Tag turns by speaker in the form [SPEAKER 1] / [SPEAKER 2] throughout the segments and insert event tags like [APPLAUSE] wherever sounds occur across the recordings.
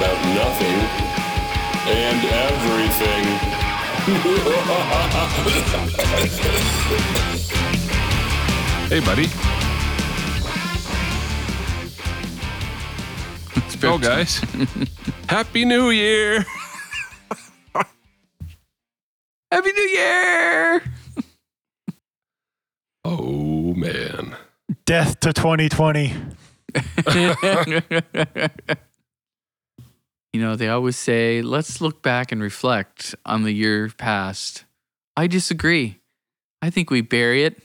[SPEAKER 1] nothing and everything.
[SPEAKER 2] Hey, buddy. So,
[SPEAKER 3] [LAUGHS]
[SPEAKER 2] guys, Happy New Year.
[SPEAKER 3] Happy New Year!
[SPEAKER 2] Oh, man.
[SPEAKER 4] Death to 2020.
[SPEAKER 3] [LAUGHS] you know, they always say, let's look back and reflect on the year past. I disagree. I think we bury it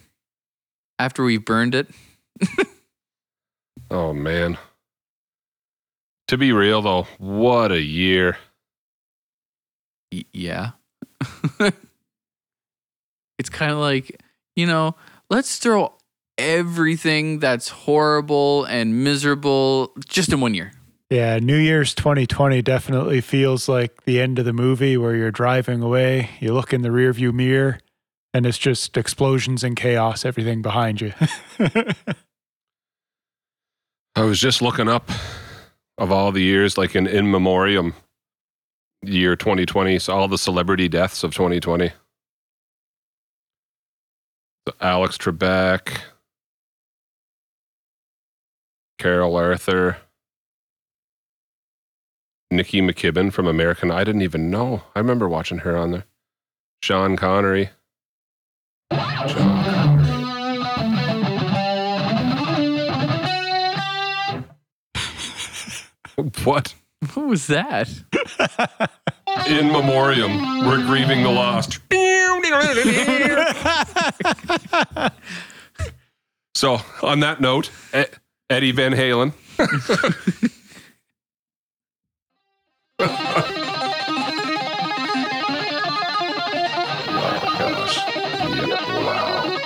[SPEAKER 3] after we burned it.
[SPEAKER 2] Oh, man. To be real, though, what a year.
[SPEAKER 3] Y- yeah. [LAUGHS] it's kind of like, you know, let's throw everything that's horrible and miserable just in one year.
[SPEAKER 4] Yeah, New Year's 2020 definitely feels like the end of the movie where you're driving away, you look in the rearview mirror, and it's just explosions and chaos, everything behind you. [LAUGHS]
[SPEAKER 2] I was just looking up of all the years, like in in memoriam year 2020, so all the celebrity deaths of 2020. So Alex Trebek, Carol Arthur, Nikki McKibben from American. I didn't even know. I remember watching her on there. Sean Connery. [LAUGHS] What?
[SPEAKER 3] [LAUGHS] What was that?
[SPEAKER 2] In memoriam, we're grieving the lost. So, on that note, E- Eddie Van Halen. wow, gosh. Yeah, wow.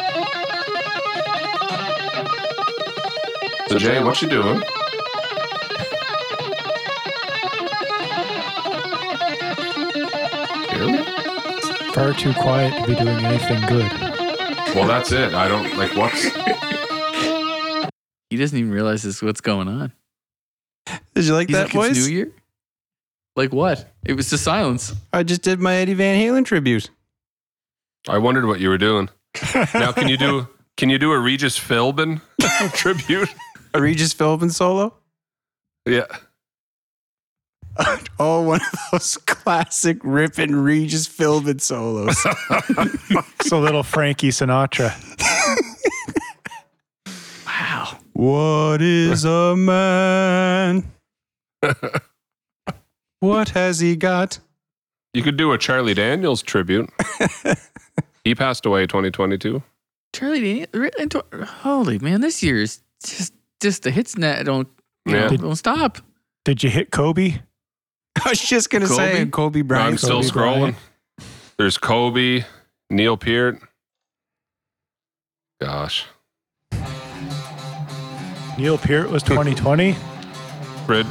[SPEAKER 2] So, Jay, what you doing? Hear me?
[SPEAKER 4] Far too quiet to be doing anything good.
[SPEAKER 2] Well, that's it. I don't like what's.
[SPEAKER 3] He doesn't even realize this what's going on.
[SPEAKER 5] Did you like
[SPEAKER 3] He's
[SPEAKER 5] that
[SPEAKER 3] like,
[SPEAKER 5] voice?
[SPEAKER 3] It's New Year? Like what? It was the silence.
[SPEAKER 5] I just did my Eddie Van Halen tribute.
[SPEAKER 2] I wondered what you were
[SPEAKER 4] [LAUGHS]
[SPEAKER 2] doing. Now, can you do? Can you do a Regis
[SPEAKER 4] [LAUGHS]
[SPEAKER 2] Philbin tribute?
[SPEAKER 5] A Regis Philbin solo.
[SPEAKER 2] Yeah.
[SPEAKER 5] Oh, one of those [LAUGHS] classic ripping Regis Philbin solos.
[SPEAKER 4] It's a little Frankie Sinatra.
[SPEAKER 3] Wow.
[SPEAKER 5] [LAUGHS] what is a man? what has he got?
[SPEAKER 2] You could do a Charlie Daniels tribute. he passed away 2022.
[SPEAKER 3] Charlie Daniels. really, and Tor- Holy man, this year is just just the hits net don't you
[SPEAKER 2] Yeah.
[SPEAKER 3] know, don't stop.
[SPEAKER 4] Did you hit Kobe?
[SPEAKER 5] [LAUGHS] I was just gonna say
[SPEAKER 3] Kobe?
[SPEAKER 5] Kobe
[SPEAKER 2] I'm
[SPEAKER 5] Bryant.
[SPEAKER 2] still
[SPEAKER 4] Kobe
[SPEAKER 2] scrolling.
[SPEAKER 4] Bryant.
[SPEAKER 2] There's Kobe, Neil Peart. Gosh,
[SPEAKER 4] Neil Peart was 2020.
[SPEAKER 2] Fred,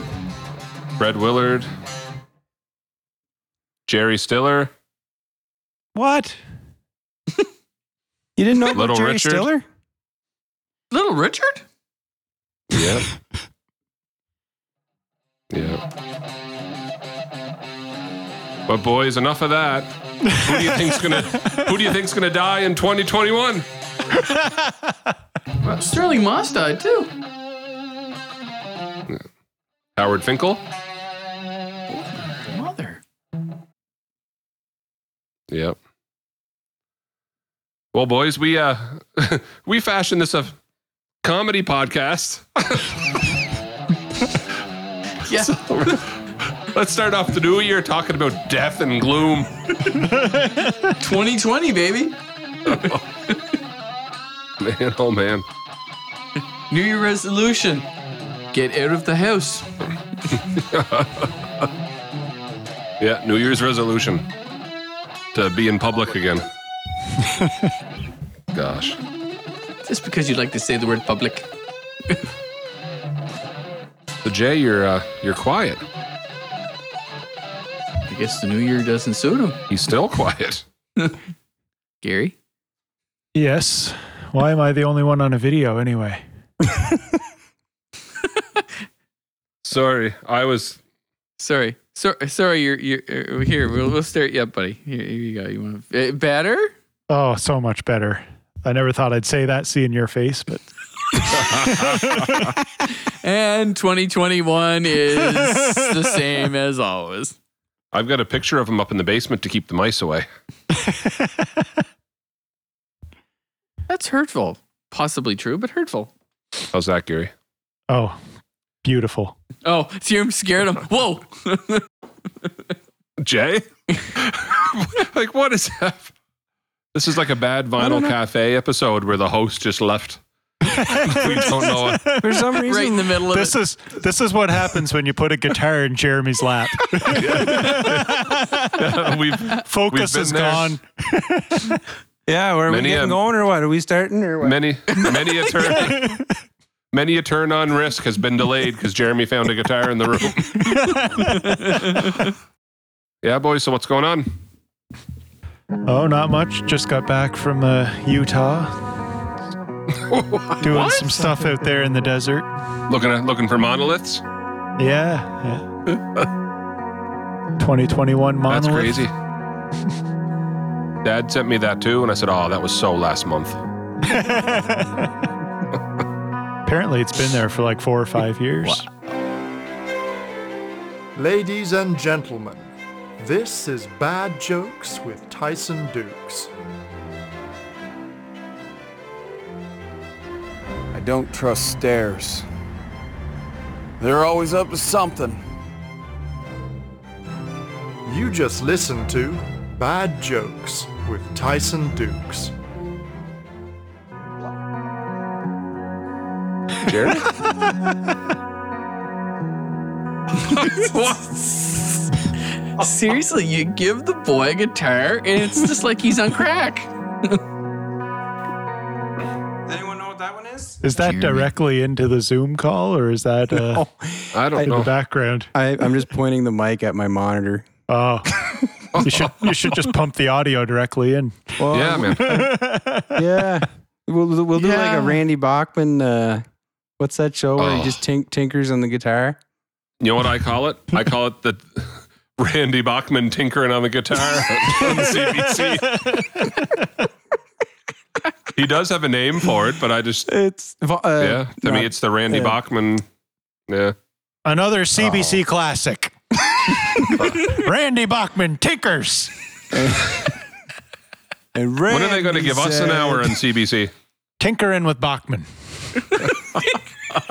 [SPEAKER 2] Fred Willard, Jerry Stiller.
[SPEAKER 5] What? [LAUGHS] you didn't know about
[SPEAKER 2] Little
[SPEAKER 5] Jerry
[SPEAKER 2] Richard?
[SPEAKER 5] Stiller?
[SPEAKER 3] Little Richard?
[SPEAKER 2] Yeah. yeah. But boys, enough of that. Who do you think's gonna Who do you think's gonna die in 2021?
[SPEAKER 3] Sterling Moss died too.
[SPEAKER 2] Howard Finkel.
[SPEAKER 3] Mother.
[SPEAKER 2] Yep. Well, boys, we uh [LAUGHS] we fashioned this a comedy podcast. [LAUGHS]
[SPEAKER 3] [LAUGHS] Yeah.
[SPEAKER 2] Let's start off the new year talking about death and gloom. [LAUGHS]
[SPEAKER 3] 2020, baby.
[SPEAKER 2] Man, oh man.
[SPEAKER 3] New Year resolution. Get out of the house.
[SPEAKER 2] Yeah, New Year's resolution to be in public again. Gosh.
[SPEAKER 3] Just because you like to say the word public.
[SPEAKER 2] So Jay, you're uh, you're quiet.
[SPEAKER 3] I guess the new year doesn't suit him.
[SPEAKER 2] He's still [LAUGHS] quiet.
[SPEAKER 3] Gary?
[SPEAKER 4] yes. Why am I the only one on a video anyway?
[SPEAKER 2] Sorry, I was
[SPEAKER 3] Sorry. So, sorry, you're, you're uh, here. We'll, we'll start you up, buddy. Here, here you go. You want uh, better?
[SPEAKER 4] Oh, so much better. I never thought I'd say that seeing your face, but
[SPEAKER 3] And 2021
[SPEAKER 5] [LAUGHS]
[SPEAKER 3] is the same as always.
[SPEAKER 2] I've got a picture of him up in the basement to keep the mice away.
[SPEAKER 3] That's hurtful. Possibly true, but hurtful.
[SPEAKER 2] How's that, Gary?
[SPEAKER 4] oh,
[SPEAKER 2] [LAUGHS]
[SPEAKER 4] beautiful.
[SPEAKER 3] Oh, see, I'm scared. him. Whoa.
[SPEAKER 2] [LAUGHS] Jay? like, what is that? This is like a bad vinyl cafe episode where the host just [LAUGHS] left. we don't know.
[SPEAKER 5] For some reason,
[SPEAKER 3] [LAUGHS] right in the middle of
[SPEAKER 4] This
[SPEAKER 3] it.
[SPEAKER 4] is this is what happens when you put a guitar in Jeremy's
[SPEAKER 2] [LAUGHS]
[SPEAKER 4] lap.
[SPEAKER 2] uh, We've
[SPEAKER 4] Focus
[SPEAKER 2] been
[SPEAKER 4] is
[SPEAKER 2] there.
[SPEAKER 4] gone.
[SPEAKER 5] yeah, where are we
[SPEAKER 2] Many,
[SPEAKER 5] getting
[SPEAKER 2] um,
[SPEAKER 5] going or what? Are we starting or what?
[SPEAKER 2] many many a turn many a turn on risk has been delayed because Jeremy found a guitar in the room. yeah, boys. So what's going on?
[SPEAKER 4] Oh, not much. Just got back from uh,
[SPEAKER 2] [LAUGHS]
[SPEAKER 4] Utah. Doing some stuff out there in the desert.
[SPEAKER 2] Looking at, looking for monoliths.
[SPEAKER 4] Yeah.
[SPEAKER 2] [LAUGHS]
[SPEAKER 4] yeah. 2021 monolith.
[SPEAKER 2] That's crazy. Dad sent me that too, and I said, "Oh, that was so last month."
[SPEAKER 4] Apparently, it's been there for like four or five years.
[SPEAKER 6] Ladies and gentlemen, this is Bad Jokes with Tyson Dukes.
[SPEAKER 7] I don't trust stairs. They're always up to something.
[SPEAKER 6] You just listened to Bad Jokes with Tyson Dukes.
[SPEAKER 2] Jeremy,
[SPEAKER 3] Seriously, you give the boy a guitar and it's just like he's on crack.
[SPEAKER 5] Does anyone know what that one is?
[SPEAKER 4] Is that directly into the Zoom call or is that uh,
[SPEAKER 2] [LAUGHS] I don't
[SPEAKER 4] in the
[SPEAKER 2] know.
[SPEAKER 4] background?
[SPEAKER 5] I, I'm just pointing the mic at my monitor.
[SPEAKER 4] Oh. you should you should just pump the audio directly in.
[SPEAKER 5] Well,
[SPEAKER 2] Yeah, man.
[SPEAKER 5] yeah. [LAUGHS] We'll, we'll do like
[SPEAKER 3] Yeah.
[SPEAKER 5] a Randy Bachman. Uh, what's that show where
[SPEAKER 2] Oh.
[SPEAKER 5] he just tink, tinkers on the guitar?
[SPEAKER 2] You know what I call it? I call it the [LAUGHS] Randy Bachman tinkering on the guitar [LAUGHS] on the CBC. he does have a name for it, but I just
[SPEAKER 5] It's uh,
[SPEAKER 2] yeah. To me,
[SPEAKER 5] not-
[SPEAKER 2] it's the Randy
[SPEAKER 5] yeah.
[SPEAKER 2] Bachman. Yeah,
[SPEAKER 4] Another CBC classic. [LAUGHS] Randy Bachman tinkers.
[SPEAKER 5] And
[SPEAKER 2] when are they going to
[SPEAKER 5] Randy
[SPEAKER 2] give us an
[SPEAKER 5] said-
[SPEAKER 2] hour on CBC?
[SPEAKER 4] Tinkering with Bachman.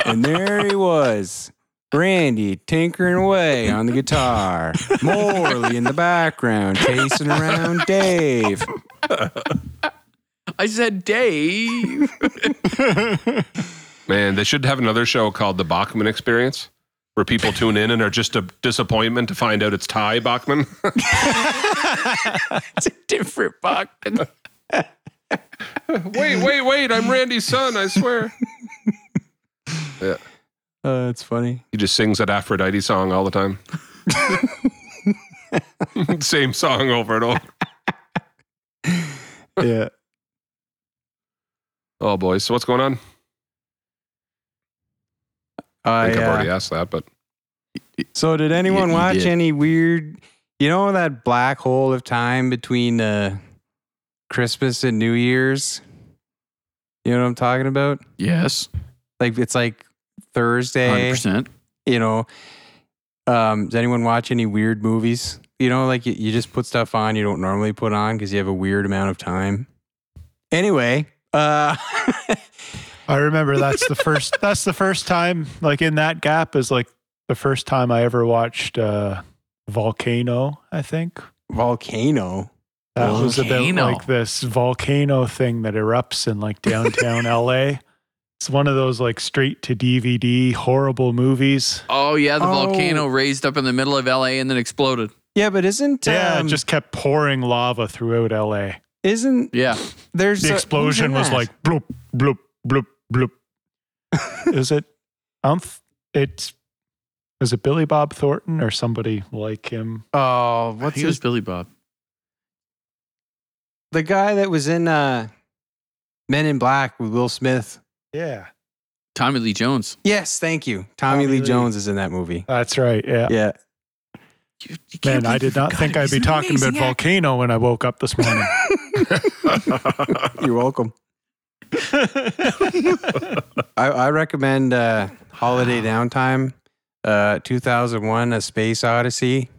[SPEAKER 5] and there he was, Randy tinkering away on the guitar. Morley in the background chasing around Dave.
[SPEAKER 3] I said, Dave.
[SPEAKER 2] Man, they should have another show called the Bachman Experience, where people tune in and are just a disappointment to find out it's Ty Bachman.
[SPEAKER 3] It's a different Bachman.
[SPEAKER 2] wait, wait, wait! I'm Randy's son. I swear.
[SPEAKER 5] [LAUGHS] Uh, that's funny.
[SPEAKER 2] He just sings that Aphrodite song all the time. [LAUGHS] Same song over and over.
[SPEAKER 5] Yeah.
[SPEAKER 2] Oh, boys. So what's going on? I
[SPEAKER 5] I,
[SPEAKER 2] think I've
[SPEAKER 5] uh,
[SPEAKER 2] already asked that, but [LAUGHS]
[SPEAKER 5] so did anyone
[SPEAKER 3] you
[SPEAKER 5] watch
[SPEAKER 3] did.
[SPEAKER 5] any weird, you know, that black hole of time between uh, Christmas and New Year's? You know what I'm talking about?
[SPEAKER 3] Yes,
[SPEAKER 5] Like it's like Thursday.
[SPEAKER 3] 100%.
[SPEAKER 5] you know um does anyone watch any weird movies you know like you, you just put stuff on you don't normally put on because you have a weird amount of time anyway uh [LAUGHS]
[SPEAKER 4] I remember that's the [LAUGHS] first that's the first time like in that gap is like the first time I ever watched uh Volcano, I think.
[SPEAKER 5] volcano
[SPEAKER 4] That was about
[SPEAKER 3] Volcano.
[SPEAKER 4] like this volcano thing that erupts in like [LAUGHS] downtown LA. It's one of those like straight to DVD horrible movies.
[SPEAKER 3] Oh, yeah. The
[SPEAKER 5] Oh.
[SPEAKER 3] volcano raised up in the middle of LA and then exploded.
[SPEAKER 5] yeah but isn't
[SPEAKER 4] yeah,
[SPEAKER 5] um,
[SPEAKER 4] it just kept pouring lava throughout LA.
[SPEAKER 5] isn't
[SPEAKER 3] Yeah.
[SPEAKER 5] there's
[SPEAKER 4] The
[SPEAKER 5] a-
[SPEAKER 4] explosion
[SPEAKER 5] who's
[SPEAKER 4] was
[SPEAKER 5] in that?
[SPEAKER 4] like bloop bloop bloop bloop. is it? Um, it's is it Billy Bob Thornton or somebody like him?
[SPEAKER 5] oh what's
[SPEAKER 3] he was
[SPEAKER 5] his,
[SPEAKER 3] Billy Bob.
[SPEAKER 5] the guy that was in uh men in black with will smith
[SPEAKER 4] Yeah,
[SPEAKER 3] Tommy Lee Jones.
[SPEAKER 5] yes thank you tommy,
[SPEAKER 4] Tommy
[SPEAKER 5] lee,
[SPEAKER 4] Lee.
[SPEAKER 5] jones is in that movie
[SPEAKER 4] that's right. Yeah,
[SPEAKER 5] yeah
[SPEAKER 3] You- you can't
[SPEAKER 4] Man, I
[SPEAKER 3] believe
[SPEAKER 4] did
[SPEAKER 3] you
[SPEAKER 4] not
[SPEAKER 3] forgot
[SPEAKER 4] think
[SPEAKER 3] it.
[SPEAKER 4] I'd
[SPEAKER 3] He's
[SPEAKER 4] be
[SPEAKER 3] an
[SPEAKER 4] talking about
[SPEAKER 3] amazing actor.
[SPEAKER 4] Volcano when I woke up this morning. [LAUGHS]
[SPEAKER 5] You're welcome. I, I recommend uh, Holiday Downtime, uh, 2001 A Space Odyssey.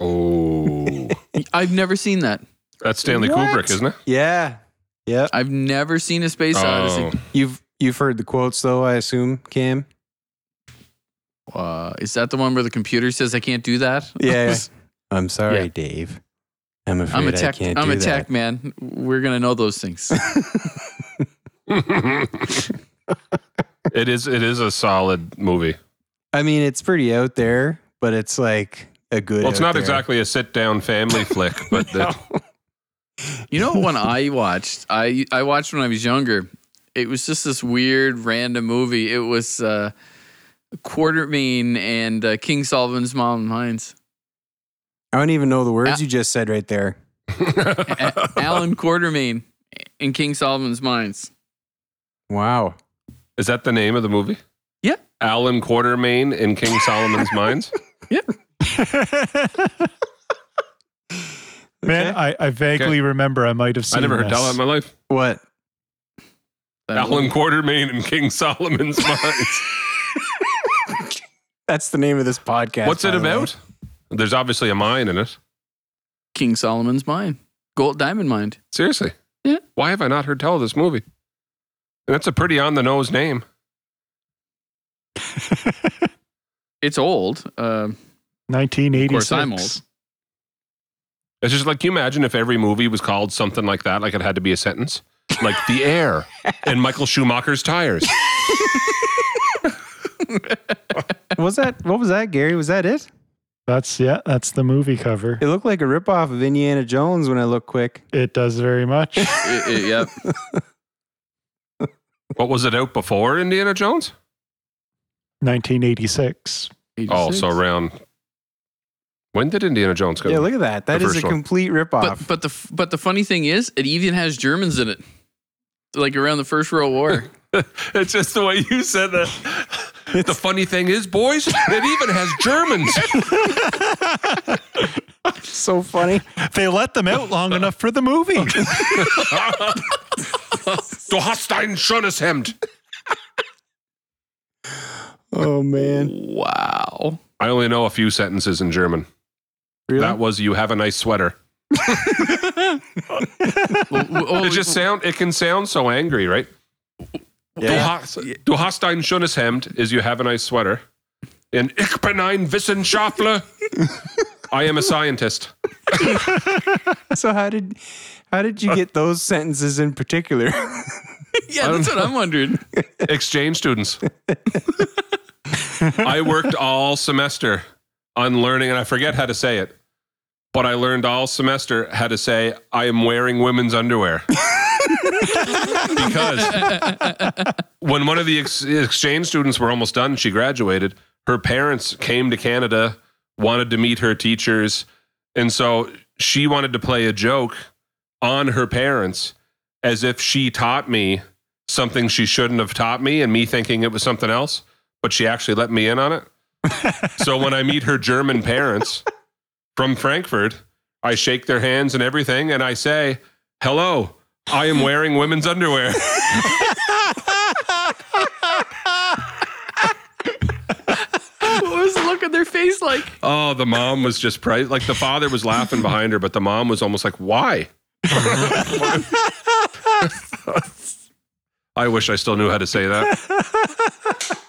[SPEAKER 2] Oh,
[SPEAKER 3] [LAUGHS] I've never seen that.
[SPEAKER 2] that's Stanley
[SPEAKER 5] What?
[SPEAKER 2] Kubrick, isn't it?
[SPEAKER 5] Yeah. Yep.
[SPEAKER 3] I've never seen a space
[SPEAKER 2] Oh,
[SPEAKER 3] odyssey.
[SPEAKER 5] You've you've heard the quotes though, I assume, Cam.
[SPEAKER 3] Uh, is that the one where the computer says I can't do that?
[SPEAKER 5] Yeah. [LAUGHS] I'm sorry,
[SPEAKER 3] Yeah.
[SPEAKER 5] Dave. I'm afraid
[SPEAKER 3] I'm a
[SPEAKER 5] I
[SPEAKER 3] tech.
[SPEAKER 5] can't
[SPEAKER 3] I'm
[SPEAKER 5] do
[SPEAKER 3] a tech man. We're gonna know those things.
[SPEAKER 2] Oh. [LAUGHS] it is. It is a solid movie.
[SPEAKER 5] that. I mean, it's pretty out there, but it's like a good.
[SPEAKER 2] Well, it's
[SPEAKER 5] out
[SPEAKER 2] not
[SPEAKER 5] there.
[SPEAKER 2] exactly a sit-down family flick, but the,
[SPEAKER 3] You know, when I watched, I I watched when I was younger. It was just this weird, random movie. It was uh, Quartermain and uh, King Solomon's Mountain Mines.
[SPEAKER 5] I don't even know the words
[SPEAKER 3] Ah.
[SPEAKER 5] you just said right there.
[SPEAKER 2] [LAUGHS]
[SPEAKER 3] A- Alan Quartermain and King Solomon's Mines.
[SPEAKER 5] Wow.
[SPEAKER 2] is that the name of the movie?
[SPEAKER 3] Yeah.
[SPEAKER 2] Alan Quartermain in King
[SPEAKER 3] [LAUGHS]
[SPEAKER 2] Solomon's Mines.
[SPEAKER 4] Man,
[SPEAKER 5] Okay.
[SPEAKER 4] I, I vaguely remember I might have seen
[SPEAKER 2] I never heard
[SPEAKER 4] this.
[SPEAKER 2] that in my life.
[SPEAKER 5] What?
[SPEAKER 3] That
[SPEAKER 2] Alan Quartermain in King
[SPEAKER 3] [LAUGHS]
[SPEAKER 2] Solomon's Mines.
[SPEAKER 5] That's the name of this podcast.
[SPEAKER 2] What's
[SPEAKER 5] by
[SPEAKER 2] it
[SPEAKER 5] the way.
[SPEAKER 2] about? There's obviously a mine in it.
[SPEAKER 3] King Solomon's Mine, Gold Diamond Mine.
[SPEAKER 2] Seriously.
[SPEAKER 3] Yeah.
[SPEAKER 2] Why have I not heard tell of this movie? And that's a pretty on the nose name.
[SPEAKER 3] It's old. Uh, of
[SPEAKER 4] 1986.
[SPEAKER 3] course, I'm old.
[SPEAKER 2] It's just like, can you imagine if every movie was called something like that? Like it had to be a sentence? Like The Air
[SPEAKER 3] [LAUGHS]
[SPEAKER 2] and Michael Schumacher's Tires.
[SPEAKER 5] [LAUGHS] Was that what was that, Gary? Was that it?
[SPEAKER 4] That's yeah, that's the movie cover.
[SPEAKER 5] It looked like a ripoff of Indiana Jones when I look quick.
[SPEAKER 4] It does very much.
[SPEAKER 3] I-
[SPEAKER 2] [LAUGHS]
[SPEAKER 3] I- yep.
[SPEAKER 2] What was it out before Indiana Jones?
[SPEAKER 4] 1986.
[SPEAKER 2] Oh, so around. When did Indiana Jones go?
[SPEAKER 5] Yeah, look at that. That
[SPEAKER 2] The
[SPEAKER 5] is a
[SPEAKER 2] first one.
[SPEAKER 5] complete ripoff.
[SPEAKER 3] But but the f- but the funny thing is, it even has Germans in it, like around the First
[SPEAKER 2] [LAUGHS]
[SPEAKER 3] World War.
[SPEAKER 2] it's just the way you said that. the funny thing is, boys, it even has Germans.
[SPEAKER 5] so funny.
[SPEAKER 4] They let them out long enough for the [LAUGHS] movie.
[SPEAKER 2] Du hast ein schönes Hemd.
[SPEAKER 5] [LAUGHS] Oh man.
[SPEAKER 3] wow.
[SPEAKER 2] I only know a few sentences in German.
[SPEAKER 5] Really?
[SPEAKER 2] That was you have a nice sweater.
[SPEAKER 3] Oh,
[SPEAKER 2] It just sound it can sound so angry, right? Du, hast, du hast ein schönes Hemd is you have a nice sweater. And ich bin ein Wissenschaftler. I am a scientist.
[SPEAKER 5] So how did how did you get those sentences in particular? [LAUGHS]
[SPEAKER 3] yeah, that's what I'm wondering.
[SPEAKER 2] Exchange students. I worked all semester on learning, and I forget how to say it, but I learned all semester how to say I am wearing women's underwear. because when one of the ex- exchange students were almost done, she graduated. Her parents came to Canada, wanted to meet her teachers, and so she wanted to play a joke on her parents as if she taught me something she shouldn't have taught me and me thinking it was something else, but she actually let me in on it. so when I meet her German parents from Frankfurt, I shake their hands and everything and I say, "Hello, I am wearing women's underwear."
[SPEAKER 3] [LAUGHS] What was the look on their face like?
[SPEAKER 2] Oh, the mom was just pri- like the father was laughing behind her, but the mom was almost like, "Why?" I wish I still knew how to say that.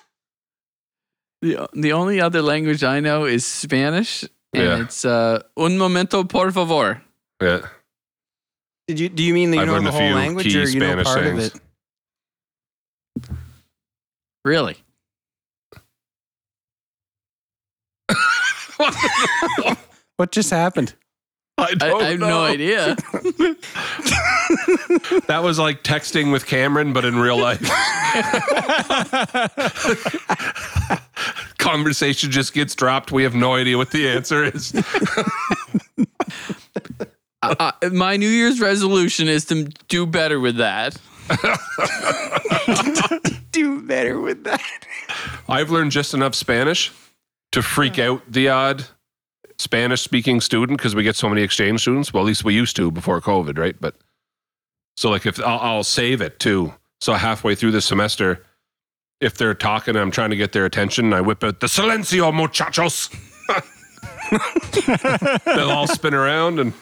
[SPEAKER 3] The, the only other language I know is Spanish, and
[SPEAKER 2] Yeah.
[SPEAKER 3] it's uh, un momento, por favor.
[SPEAKER 2] Yeah.
[SPEAKER 5] did you do you mean that you
[SPEAKER 2] I've
[SPEAKER 5] know
[SPEAKER 2] learned
[SPEAKER 5] the
[SPEAKER 2] a
[SPEAKER 5] whole
[SPEAKER 2] few
[SPEAKER 5] language
[SPEAKER 2] key
[SPEAKER 5] or you know
[SPEAKER 2] Spanish
[SPEAKER 5] part
[SPEAKER 2] sayings.
[SPEAKER 5] of it?
[SPEAKER 3] Really?
[SPEAKER 5] What
[SPEAKER 2] [LAUGHS]
[SPEAKER 5] just happened?
[SPEAKER 2] I
[SPEAKER 3] I,
[SPEAKER 2] don't
[SPEAKER 3] I have Oh, no
[SPEAKER 2] know.
[SPEAKER 3] idea.
[SPEAKER 2] That was like texting with Cameron, but in real life. Conversation just gets dropped. We have no idea what the answer is.
[SPEAKER 3] I, I- my New Year's resolution is to do better with that.
[SPEAKER 5] Do better with that.
[SPEAKER 2] I've learned just enough Spanish to freak out the odd Spanish speaking student because we get so many exchange students. Well, at least we used to before COVID, right? But so like if I'll, I'll save it too. So halfway through the semester, if they're talking and I'm trying to get their attention, I whip out the silencio muchachos. [LAUGHS] They'll all spin around and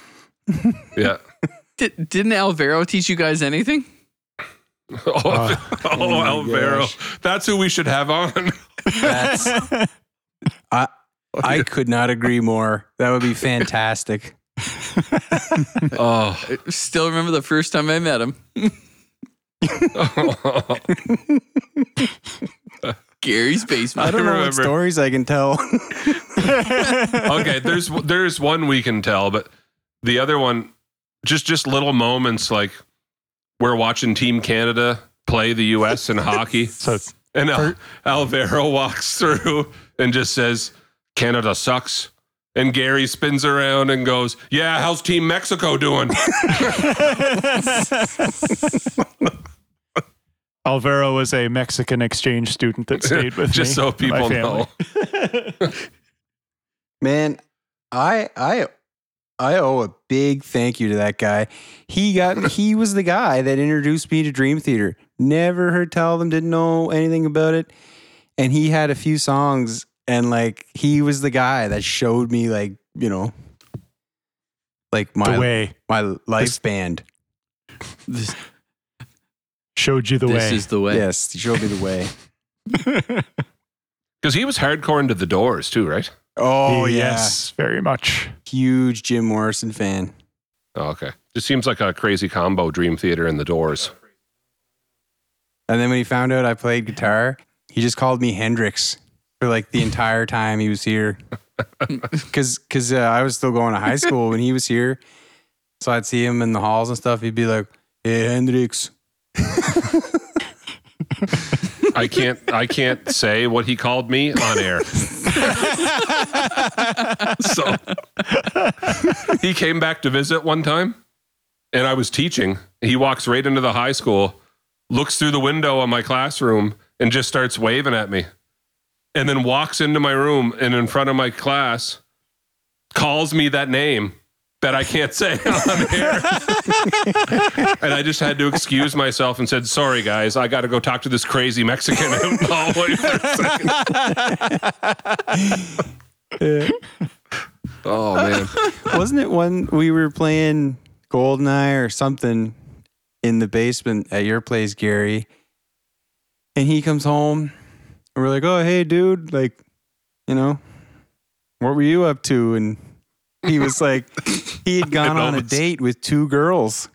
[SPEAKER 2] yeah. [LAUGHS]
[SPEAKER 3] Did, didn't Alvaro teach you guys anything?
[SPEAKER 2] Oh, [LAUGHS] oh, Alvaro. That's who we should have on.
[SPEAKER 5] That's, [LAUGHS] I, I could not agree more. That would be fantastic.
[SPEAKER 2] oh.
[SPEAKER 3] Still remember the first time I met him. Gary's basement.
[SPEAKER 5] I don't know what
[SPEAKER 2] Remember.
[SPEAKER 5] stories I can
[SPEAKER 2] [LAUGHS]
[SPEAKER 5] tell. [LAUGHS]
[SPEAKER 2] okay, there's there's one we can tell, but the other one, just just little moments like we're watching Team Canada play the U.S.
[SPEAKER 4] [LAUGHS]
[SPEAKER 2] in hockey,
[SPEAKER 4] So
[SPEAKER 2] and Al- Alvaro walks through and just says, "Canada sucks." And Gary spins around and goes, "Yeah, how's Team Mexico
[SPEAKER 4] [LAUGHS]
[SPEAKER 2] doing?"
[SPEAKER 4] Alvaro was a Mexican exchange student that stayed
[SPEAKER 2] [LAUGHS]
[SPEAKER 4] with
[SPEAKER 2] just
[SPEAKER 4] me
[SPEAKER 2] so
[SPEAKER 4] and my
[SPEAKER 2] people
[SPEAKER 4] family.
[SPEAKER 2] know.
[SPEAKER 4] [LAUGHS]
[SPEAKER 5] Man, I I I owe a big thank you to that guy.
[SPEAKER 4] [LAUGHS]
[SPEAKER 5] He got he was the guy that introduced me to Dream Theater. Never heard tell them, didn't know anything about it. And he had a few songs and like he was the guy that showed me like, you know, like
[SPEAKER 4] the
[SPEAKER 5] my
[SPEAKER 4] way
[SPEAKER 5] my life
[SPEAKER 4] This-
[SPEAKER 5] band.
[SPEAKER 3] This,
[SPEAKER 4] showed you the
[SPEAKER 3] this
[SPEAKER 4] way.
[SPEAKER 3] is the way.
[SPEAKER 5] Yes, he showed me
[SPEAKER 4] [LAUGHS]
[SPEAKER 5] the way.
[SPEAKER 2] Because he was hardcore into the Doors too, right?
[SPEAKER 5] Oh yes.
[SPEAKER 4] yes, very much.
[SPEAKER 5] Huge Jim Morrison fan.
[SPEAKER 2] Oh, okay, just seems like a crazy combo: Dream Theater and the Doors.
[SPEAKER 5] And then when he found out I played guitar, he just called me Hendrix for like the entire time he was here. Cause, cause uh, I was still going to high school when he was here. So I'd see him in the halls and stuff. He'd be like, Hey, Hendrix.
[SPEAKER 2] I can't I can't say what he called me on air. [LAUGHS] so he came back to visit one time and I was teaching. He walks right into the high school, looks through the window of my classroom and just starts waving at me. And then walks into my room and in front of my class calls me that name that I can't say [LAUGHS] on air. And I just had to excuse myself and said, "Sorry, guys, I got to go talk to this crazy Mexican [LAUGHS] out in the hallway." For a second. oh man,
[SPEAKER 5] Wasn't it when we were playing Goldeneye or something in the basement at your place, Gary? And he comes home and we're like, Oh, hey, dude, like, you know, what were you up to? And he was like, he [LAUGHS] had gone on a
[SPEAKER 2] Elvis.
[SPEAKER 5] date with two girls.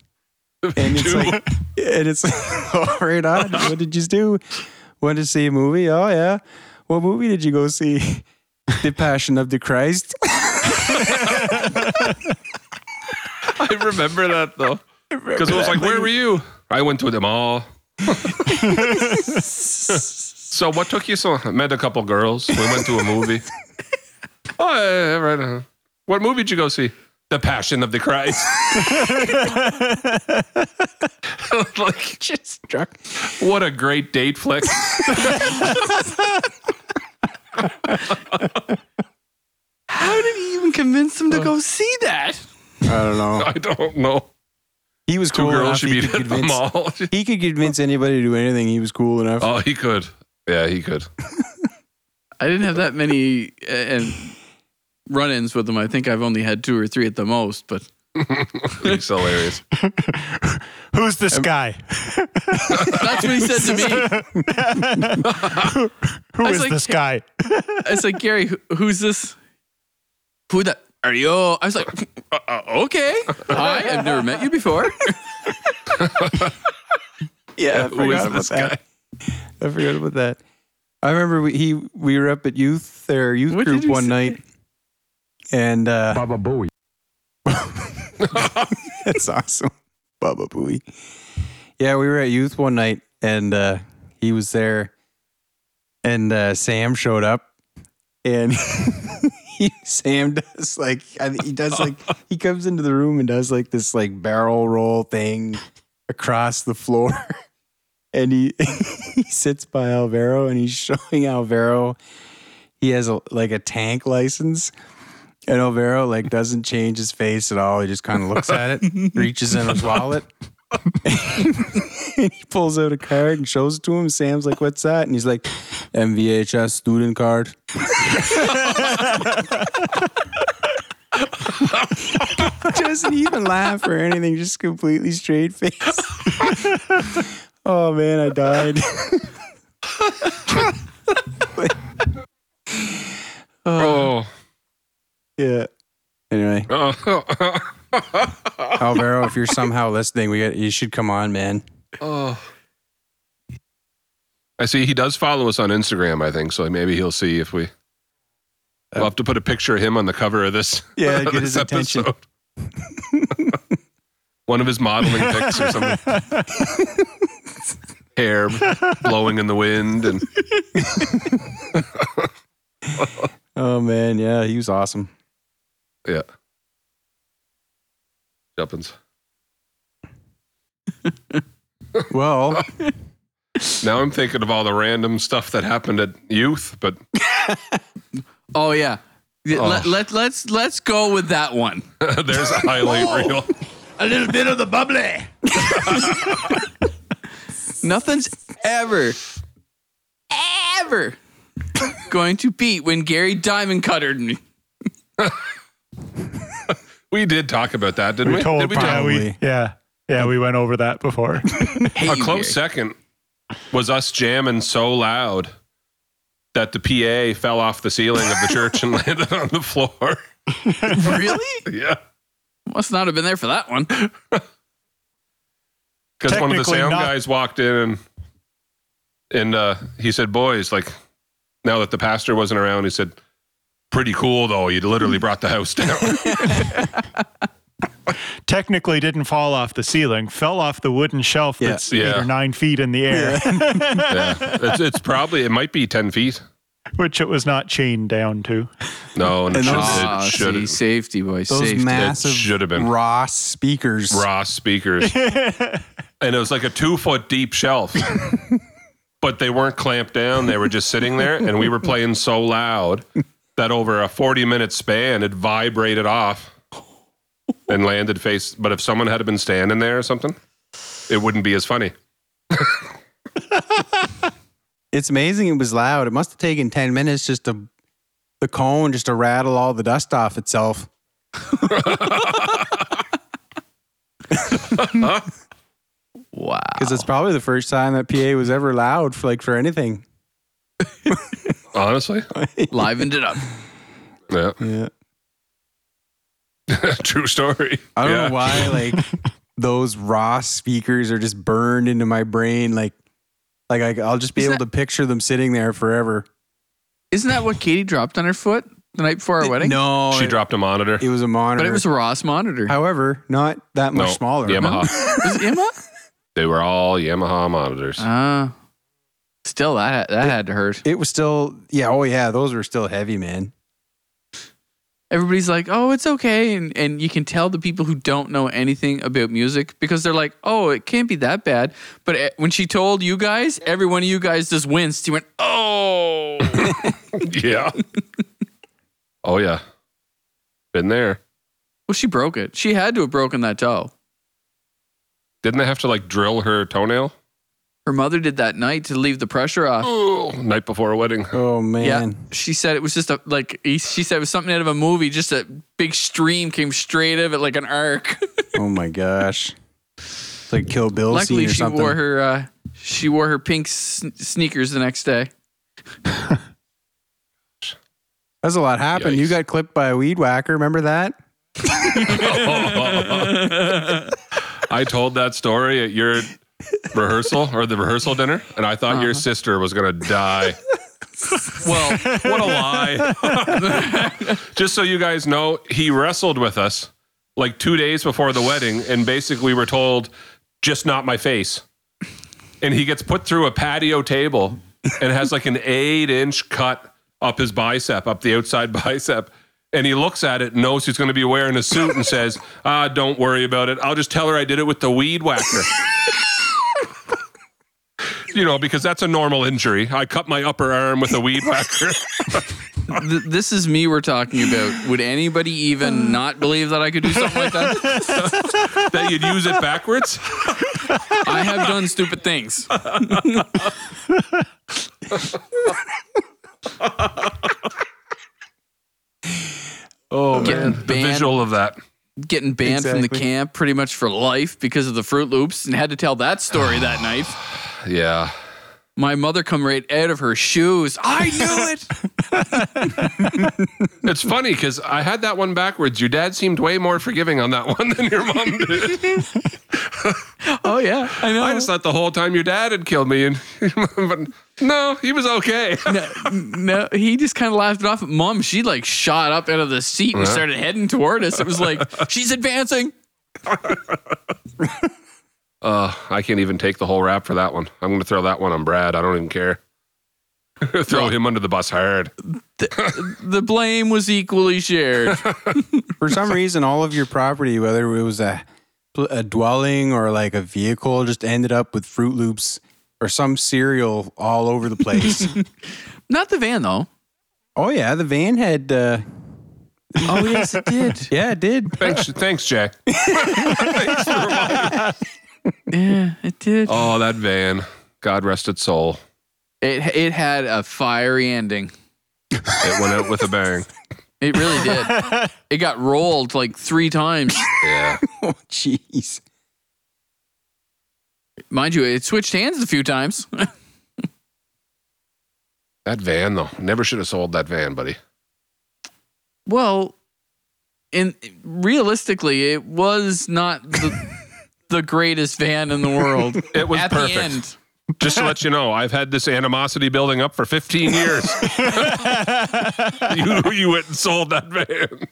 [SPEAKER 5] And it's
[SPEAKER 2] Two.
[SPEAKER 5] like, and it's [LAUGHS] all right on. What did you do? Went to see a movie? Oh, yeah. What movie did you go see? [LAUGHS] The Passion of the Christ.
[SPEAKER 2] I remember that though, because it was like, "Where were you?" I went to the
[SPEAKER 5] [LAUGHS]
[SPEAKER 2] mall. so what took you so? I met a couple girls. We went to a
[SPEAKER 5] [LAUGHS]
[SPEAKER 2] movie. oh, yeah, yeah, right. uh, What movie did you go see? The Passion of the
[SPEAKER 5] [LAUGHS]
[SPEAKER 2] Christ. [LAUGHS] like
[SPEAKER 5] Just struck
[SPEAKER 2] What a great date flick. [LAUGHS]
[SPEAKER 3] How did he even convince him to go see that?
[SPEAKER 5] [LAUGHS] I don't know.
[SPEAKER 2] I don't know.
[SPEAKER 5] He was
[SPEAKER 2] Two
[SPEAKER 5] cool
[SPEAKER 2] girls
[SPEAKER 5] enough.
[SPEAKER 2] should
[SPEAKER 5] he,
[SPEAKER 2] be [LAUGHS]
[SPEAKER 5] could
[SPEAKER 2] at the
[SPEAKER 5] convince,
[SPEAKER 2] mall.
[SPEAKER 5] he could convince anybody to do anything. He was cool enough.
[SPEAKER 2] oh, he could. Yeah, he could.
[SPEAKER 3] I didn't have that many uh, and run-ins with him. I think I've only had two or three at the most. But
[SPEAKER 5] [LAUGHS]
[SPEAKER 2] He's hilarious.
[SPEAKER 4] Who's this guy?
[SPEAKER 3] that's what he said to
[SPEAKER 5] [LAUGHS]
[SPEAKER 3] me.
[SPEAKER 2] Oh.
[SPEAKER 4] Who
[SPEAKER 3] I was
[SPEAKER 4] is
[SPEAKER 3] like-
[SPEAKER 4] this guy?
[SPEAKER 3] I was like, Gary, who, who's this? Who the are you? I was like, uh, uh, okay, hi, I've never met you before. [LAUGHS]
[SPEAKER 5] yeah,
[SPEAKER 2] [LAUGHS]
[SPEAKER 5] I
[SPEAKER 2] Who is this guy?
[SPEAKER 5] I forgot about that. I remember we he we were up at youth their youth
[SPEAKER 3] What
[SPEAKER 5] group
[SPEAKER 3] did you
[SPEAKER 5] one
[SPEAKER 3] say?
[SPEAKER 5] night, and uh, Baba Booey. [LAUGHS] That's awesome, Baba Booey. Yeah, we were at youth one night, and uh, he was there, and uh, Sam showed up, and. [LAUGHS] he- Sam does like I think he
[SPEAKER 3] [LAUGHS]
[SPEAKER 5] does like he comes into the room and does like this like barrel roll thing across the floor [LAUGHS] and he he sits by Alvaro and he's showing Alvaro he has a, like a tank license And Overo like doesn't change his face at all. He just kind of looks at it, reaches in his wallet, and he pulls out a card and shows it to him. Sam's like, "What's that?" And he's like, "MVHS student card." [LAUGHS] Doesn't even laugh or anything. Just completely straight face. [LAUGHS] oh man, I died. Uh.
[SPEAKER 2] Oh,
[SPEAKER 5] yeah. Anyway.
[SPEAKER 2] oh, [LAUGHS]
[SPEAKER 5] Alvaro, if you're somehow listening, we got, you should come on, man.
[SPEAKER 2] oh. I see he does follow us on Instagram, I think. So maybe he'll see if we. We'll have to put a picture of him on the cover of this. [LAUGHS]
[SPEAKER 5] Yeah,
[SPEAKER 2] of
[SPEAKER 5] get
[SPEAKER 2] this
[SPEAKER 5] his attention.
[SPEAKER 2] episode. [LAUGHS] One of his modeling pics or
[SPEAKER 5] [LAUGHS]
[SPEAKER 2] something. Hair blowing in the wind and
[SPEAKER 5] Oh man, yeah, he was awesome.
[SPEAKER 2] yeah. Jumpins.
[SPEAKER 5] Well,
[SPEAKER 2] Now I'm thinking of all the random stuff that happened at youth, but [LAUGHS]
[SPEAKER 3] Oh yeah. Yeah,
[SPEAKER 2] Oh.
[SPEAKER 3] Let, let, let's let's go with that one.
[SPEAKER 2] there's a
[SPEAKER 5] [LAUGHS]
[SPEAKER 2] highlight reel.
[SPEAKER 3] A little bit of the bubbly. [LAUGHS] Nothing's ever, ever going to beat when Gary Diamond cuttered me.
[SPEAKER 2] We did talk about that, didn't
[SPEAKER 4] We
[SPEAKER 2] we?
[SPEAKER 4] told
[SPEAKER 2] did we
[SPEAKER 4] yeah,
[SPEAKER 2] talk?
[SPEAKER 5] Probably.
[SPEAKER 4] we, yeah, yeah, we went over that [LAUGHS] before.
[SPEAKER 2] A close second was us jamming so loud that the PA fell off the ceiling of the church and [LAUGHS] landed on the floor. [LAUGHS]
[SPEAKER 3] Really?
[SPEAKER 2] Yeah.
[SPEAKER 3] Must not have been there for that one.
[SPEAKER 2] because one of the
[SPEAKER 4] Technically
[SPEAKER 2] sound
[SPEAKER 4] not-
[SPEAKER 2] guys walked in and and uh, he said, "Boys, like now that the pastor wasn't around, he said, pretty cool though. You literally brought the house down.
[SPEAKER 4] Technically, didn't fall off the ceiling, fell off the wooden shelf
[SPEAKER 5] Yeah.
[SPEAKER 4] that's eight
[SPEAKER 2] Yeah.
[SPEAKER 4] or nine feet in the air,
[SPEAKER 2] yeah, it's, it's probably it might be ten feet.
[SPEAKER 4] [LAUGHS] which it was not chained down to.
[SPEAKER 2] No, and it
[SPEAKER 5] And
[SPEAKER 2] should-
[SPEAKER 5] those-
[SPEAKER 3] Ah,
[SPEAKER 2] it should
[SPEAKER 3] see,
[SPEAKER 2] have
[SPEAKER 3] safety, boy.
[SPEAKER 5] those
[SPEAKER 3] safety.
[SPEAKER 5] massive
[SPEAKER 2] should have been.
[SPEAKER 5] raw speakers.
[SPEAKER 2] raw
[SPEAKER 5] [LAUGHS]
[SPEAKER 2] speakers, and it was like a two foot deep shelf." But they weren't clamped down. They were just sitting there, and we were playing so loud that over a 40 minute span, it vibrated off and landed face. But if someone had been standing there or something, it wouldn't be as funny.
[SPEAKER 5] It's amazing it was loud. It must have taken 10 minutes just to the cone just to rattle all the dust off itself.
[SPEAKER 3] wow.
[SPEAKER 5] Because it's probably the first time that PA was ever loud for like for anything.
[SPEAKER 2] Honestly,
[SPEAKER 3] Livened it up.
[SPEAKER 2] yeah, [LAUGHS]
[SPEAKER 5] Yeah.
[SPEAKER 2] true story.
[SPEAKER 5] I don't
[SPEAKER 2] yeah.
[SPEAKER 5] know why like those raw speakers are just burned into my brain. Like like I, I'll just be
[SPEAKER 3] Isn't
[SPEAKER 5] able to picture them sitting there forever.
[SPEAKER 3] Isn't that what Katie dropped on her foot the night before our wedding?
[SPEAKER 5] No,
[SPEAKER 2] She
[SPEAKER 5] it-
[SPEAKER 2] dropped a monitor.
[SPEAKER 5] It was a monitor.
[SPEAKER 3] But it was a Ross monitor.
[SPEAKER 5] However, not that much smaller.
[SPEAKER 2] Yamaha.
[SPEAKER 3] Is it [LAUGHS] Emma?
[SPEAKER 2] they were all Yamaha monitors.
[SPEAKER 5] [LAUGHS]
[SPEAKER 2] [LAUGHS]
[SPEAKER 3] Ah. still, that, that had to hurt.
[SPEAKER 5] It was still, yeah, oh yeah, those were still heavy, man.
[SPEAKER 3] everybody's like, "Oh, it's okay," and and you can tell the people who don't know anything about music because they're like, "Oh, it can't be that bad." But eh, when she told you guys, every one of you guys just winced. You went, "Oh,
[SPEAKER 2] yeah. oh yeah. Been there.
[SPEAKER 3] well, she broke it. She had to have broken that toe."
[SPEAKER 2] Didn't they have to like drill her toenail?
[SPEAKER 3] Her mother did that night to leave the pressure off.
[SPEAKER 2] Oh, night before a wedding.
[SPEAKER 5] Oh
[SPEAKER 3] Yeah,
[SPEAKER 5] man.
[SPEAKER 3] she said it was just a like. he- She said it was something out of a movie. Just a big stream came straight of it like an arc.
[SPEAKER 5] [LAUGHS] Oh my gosh. It's like Kill Bill
[SPEAKER 3] Luckily,
[SPEAKER 5] scene or
[SPEAKER 3] she
[SPEAKER 5] something.
[SPEAKER 3] wore her uh, she wore her pink sn- sneakers the next day.
[SPEAKER 5] That's a lot happened. You
[SPEAKER 2] Yikes.
[SPEAKER 5] got clipped by a weed whacker. Remember that?
[SPEAKER 2] I told that story at your rehearsal or the rehearsal dinner, and I thought your sister was gonna die.
[SPEAKER 3] Well.
[SPEAKER 2] What a lie! Just so you guys know, he wrestled with us like two days before the wedding, and basically we were told, "Just not my face." And he gets put through a patio table and has like an eight-inch cut up his bicep, up the outside [LAUGHS] bicep. And he looks at it, knows he's going to be wearing a suit, and says, "Ah, don't worry about it. I'll just tell her I did it with the weed whacker." [LAUGHS] you know, because that's a normal injury. I cut my upper arm with a weed whacker. [LAUGHS]
[SPEAKER 3] th- this is me we're talking about. Would anybody even not believe that I could do something like that?
[SPEAKER 2] that you'd use it backwards.
[SPEAKER 3] I have done stupid things. [LAUGHS]
[SPEAKER 5] Oh,
[SPEAKER 2] Oh
[SPEAKER 3] Getting
[SPEAKER 2] The
[SPEAKER 3] banned.
[SPEAKER 2] visual of that.
[SPEAKER 3] Getting banned from the
[SPEAKER 5] Exactly.
[SPEAKER 3] camp pretty much for life because of the Fruit Loops and had to tell that story [SIGHS] that night.
[SPEAKER 2] Yeah.
[SPEAKER 3] My mother come right out of her shoes. I [LAUGHS] knew it.
[SPEAKER 2] It's funny because I had that one backwards. Your dad seemed way more forgiving on that [LAUGHS] one than your mom did.
[SPEAKER 3] oh yeah, I know.
[SPEAKER 2] I just thought the whole time your dad had killed me, and [LAUGHS] but no, he was okay. [LAUGHS]
[SPEAKER 3] No, he just kind of laughed it off. Mom, she like shot up out of the seat and started heading toward us. It was like she's advancing.
[SPEAKER 2] Uh, I can't even take the whole rap for that one. I'm going to throw that one on Brad. I don't even care. [LAUGHS] throw him under the bus hard.
[SPEAKER 3] The blame was equally [LAUGHS] shared. [LAUGHS]
[SPEAKER 5] For some reason, all of your property, whether it was a, a dwelling or like a vehicle, just ended up with Fruit Loops or some cereal all over
[SPEAKER 3] [LAUGHS]
[SPEAKER 5] the place.
[SPEAKER 3] Not the van though.
[SPEAKER 5] oh yeah, the van had. Uh,
[SPEAKER 3] Oh yes, it did.
[SPEAKER 5] yeah, it did.
[SPEAKER 3] [LAUGHS]
[SPEAKER 2] [LAUGHS] Thanks, thanks, Jack.
[SPEAKER 3] Yeah, it did.
[SPEAKER 2] Oh, that van. God rest its soul.
[SPEAKER 3] It it had a fiery ending.
[SPEAKER 2] It went out with a bang.
[SPEAKER 3] It really did. [LAUGHS] it got rolled like three times.
[SPEAKER 2] [LAUGHS] Yeah.
[SPEAKER 5] Oh jeez.
[SPEAKER 3] Mind you, it switched hands a few times.
[SPEAKER 2] That van, though, never should have sold that van, buddy.
[SPEAKER 3] Well, and realistically, it was not
[SPEAKER 2] [LAUGHS]
[SPEAKER 3] the, the greatest van in the world.
[SPEAKER 2] It was
[SPEAKER 3] At
[SPEAKER 2] perfect.
[SPEAKER 3] the end,
[SPEAKER 2] Just to let you know, I've had this animosity building up for 15
[SPEAKER 3] [LAUGHS]
[SPEAKER 2] years. [LAUGHS] you, you went and sold that van.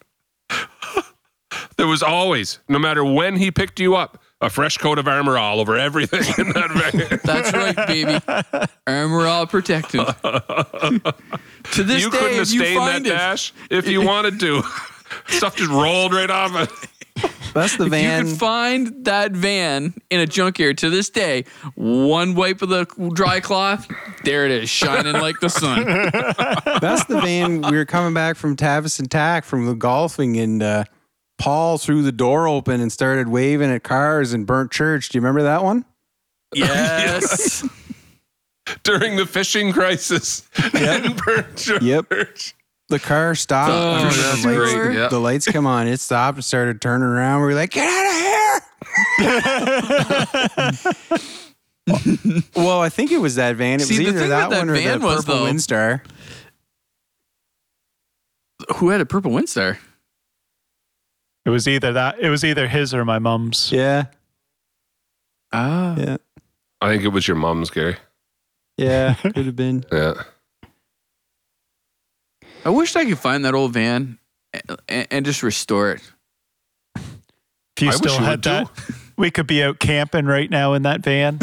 [SPEAKER 2] there was always, no matter when he picked you up, a fresh coat of armor all over everything in that van.
[SPEAKER 3] that's right, baby. Armor all
[SPEAKER 2] [LAUGHS]
[SPEAKER 3] protected. to [LAUGHS] this
[SPEAKER 2] you couldn't
[SPEAKER 3] day,
[SPEAKER 2] have
[SPEAKER 3] if you
[SPEAKER 2] stained that
[SPEAKER 3] find it,
[SPEAKER 2] dash if you wanted to. [LAUGHS] Stuff just rolled right off it.
[SPEAKER 5] That's the
[SPEAKER 3] if
[SPEAKER 5] van.
[SPEAKER 3] you could find that van in a junkyard. To this day, one wipe of the dry cloth, there it is, shining like
[SPEAKER 2] [LAUGHS]
[SPEAKER 3] the sun.
[SPEAKER 5] That's the van we were coming back from Tavis and Tack from the golfing, and uh, Paul threw the door open and started waving at cars and burnt church. Do you remember that one?
[SPEAKER 3] Yes.
[SPEAKER 2] [LAUGHS] during the fishing crisis in Burnt Church.
[SPEAKER 5] Yep. The car stopped.
[SPEAKER 3] Oh,
[SPEAKER 5] The
[SPEAKER 3] that's
[SPEAKER 5] lights-
[SPEAKER 3] great.
[SPEAKER 2] Yep.
[SPEAKER 5] The lights come on. It stopped and started turning around. We were like, get out of here. well, I think it was that van. It
[SPEAKER 3] See,
[SPEAKER 5] was
[SPEAKER 3] the
[SPEAKER 5] either
[SPEAKER 3] thing
[SPEAKER 5] that,
[SPEAKER 3] with that
[SPEAKER 5] one or
[SPEAKER 3] van
[SPEAKER 5] the
[SPEAKER 3] was,
[SPEAKER 5] purple
[SPEAKER 3] though-
[SPEAKER 5] Windstar.
[SPEAKER 3] Who had a purple Windstar?
[SPEAKER 4] It was either that. It was either his or my mom's.
[SPEAKER 5] Yeah.
[SPEAKER 3] Ah.
[SPEAKER 5] Yeah.
[SPEAKER 2] I think it was your mom's, Gary.
[SPEAKER 5] Yeah. Could have been.
[SPEAKER 2] Yeah.
[SPEAKER 3] I wish I could find that old van and, and just restore it.
[SPEAKER 4] If you
[SPEAKER 2] I wish
[SPEAKER 4] still
[SPEAKER 2] you
[SPEAKER 4] had
[SPEAKER 2] would, too.
[SPEAKER 4] that, we could be out camping right now in that
[SPEAKER 2] [LAUGHS]
[SPEAKER 4] van.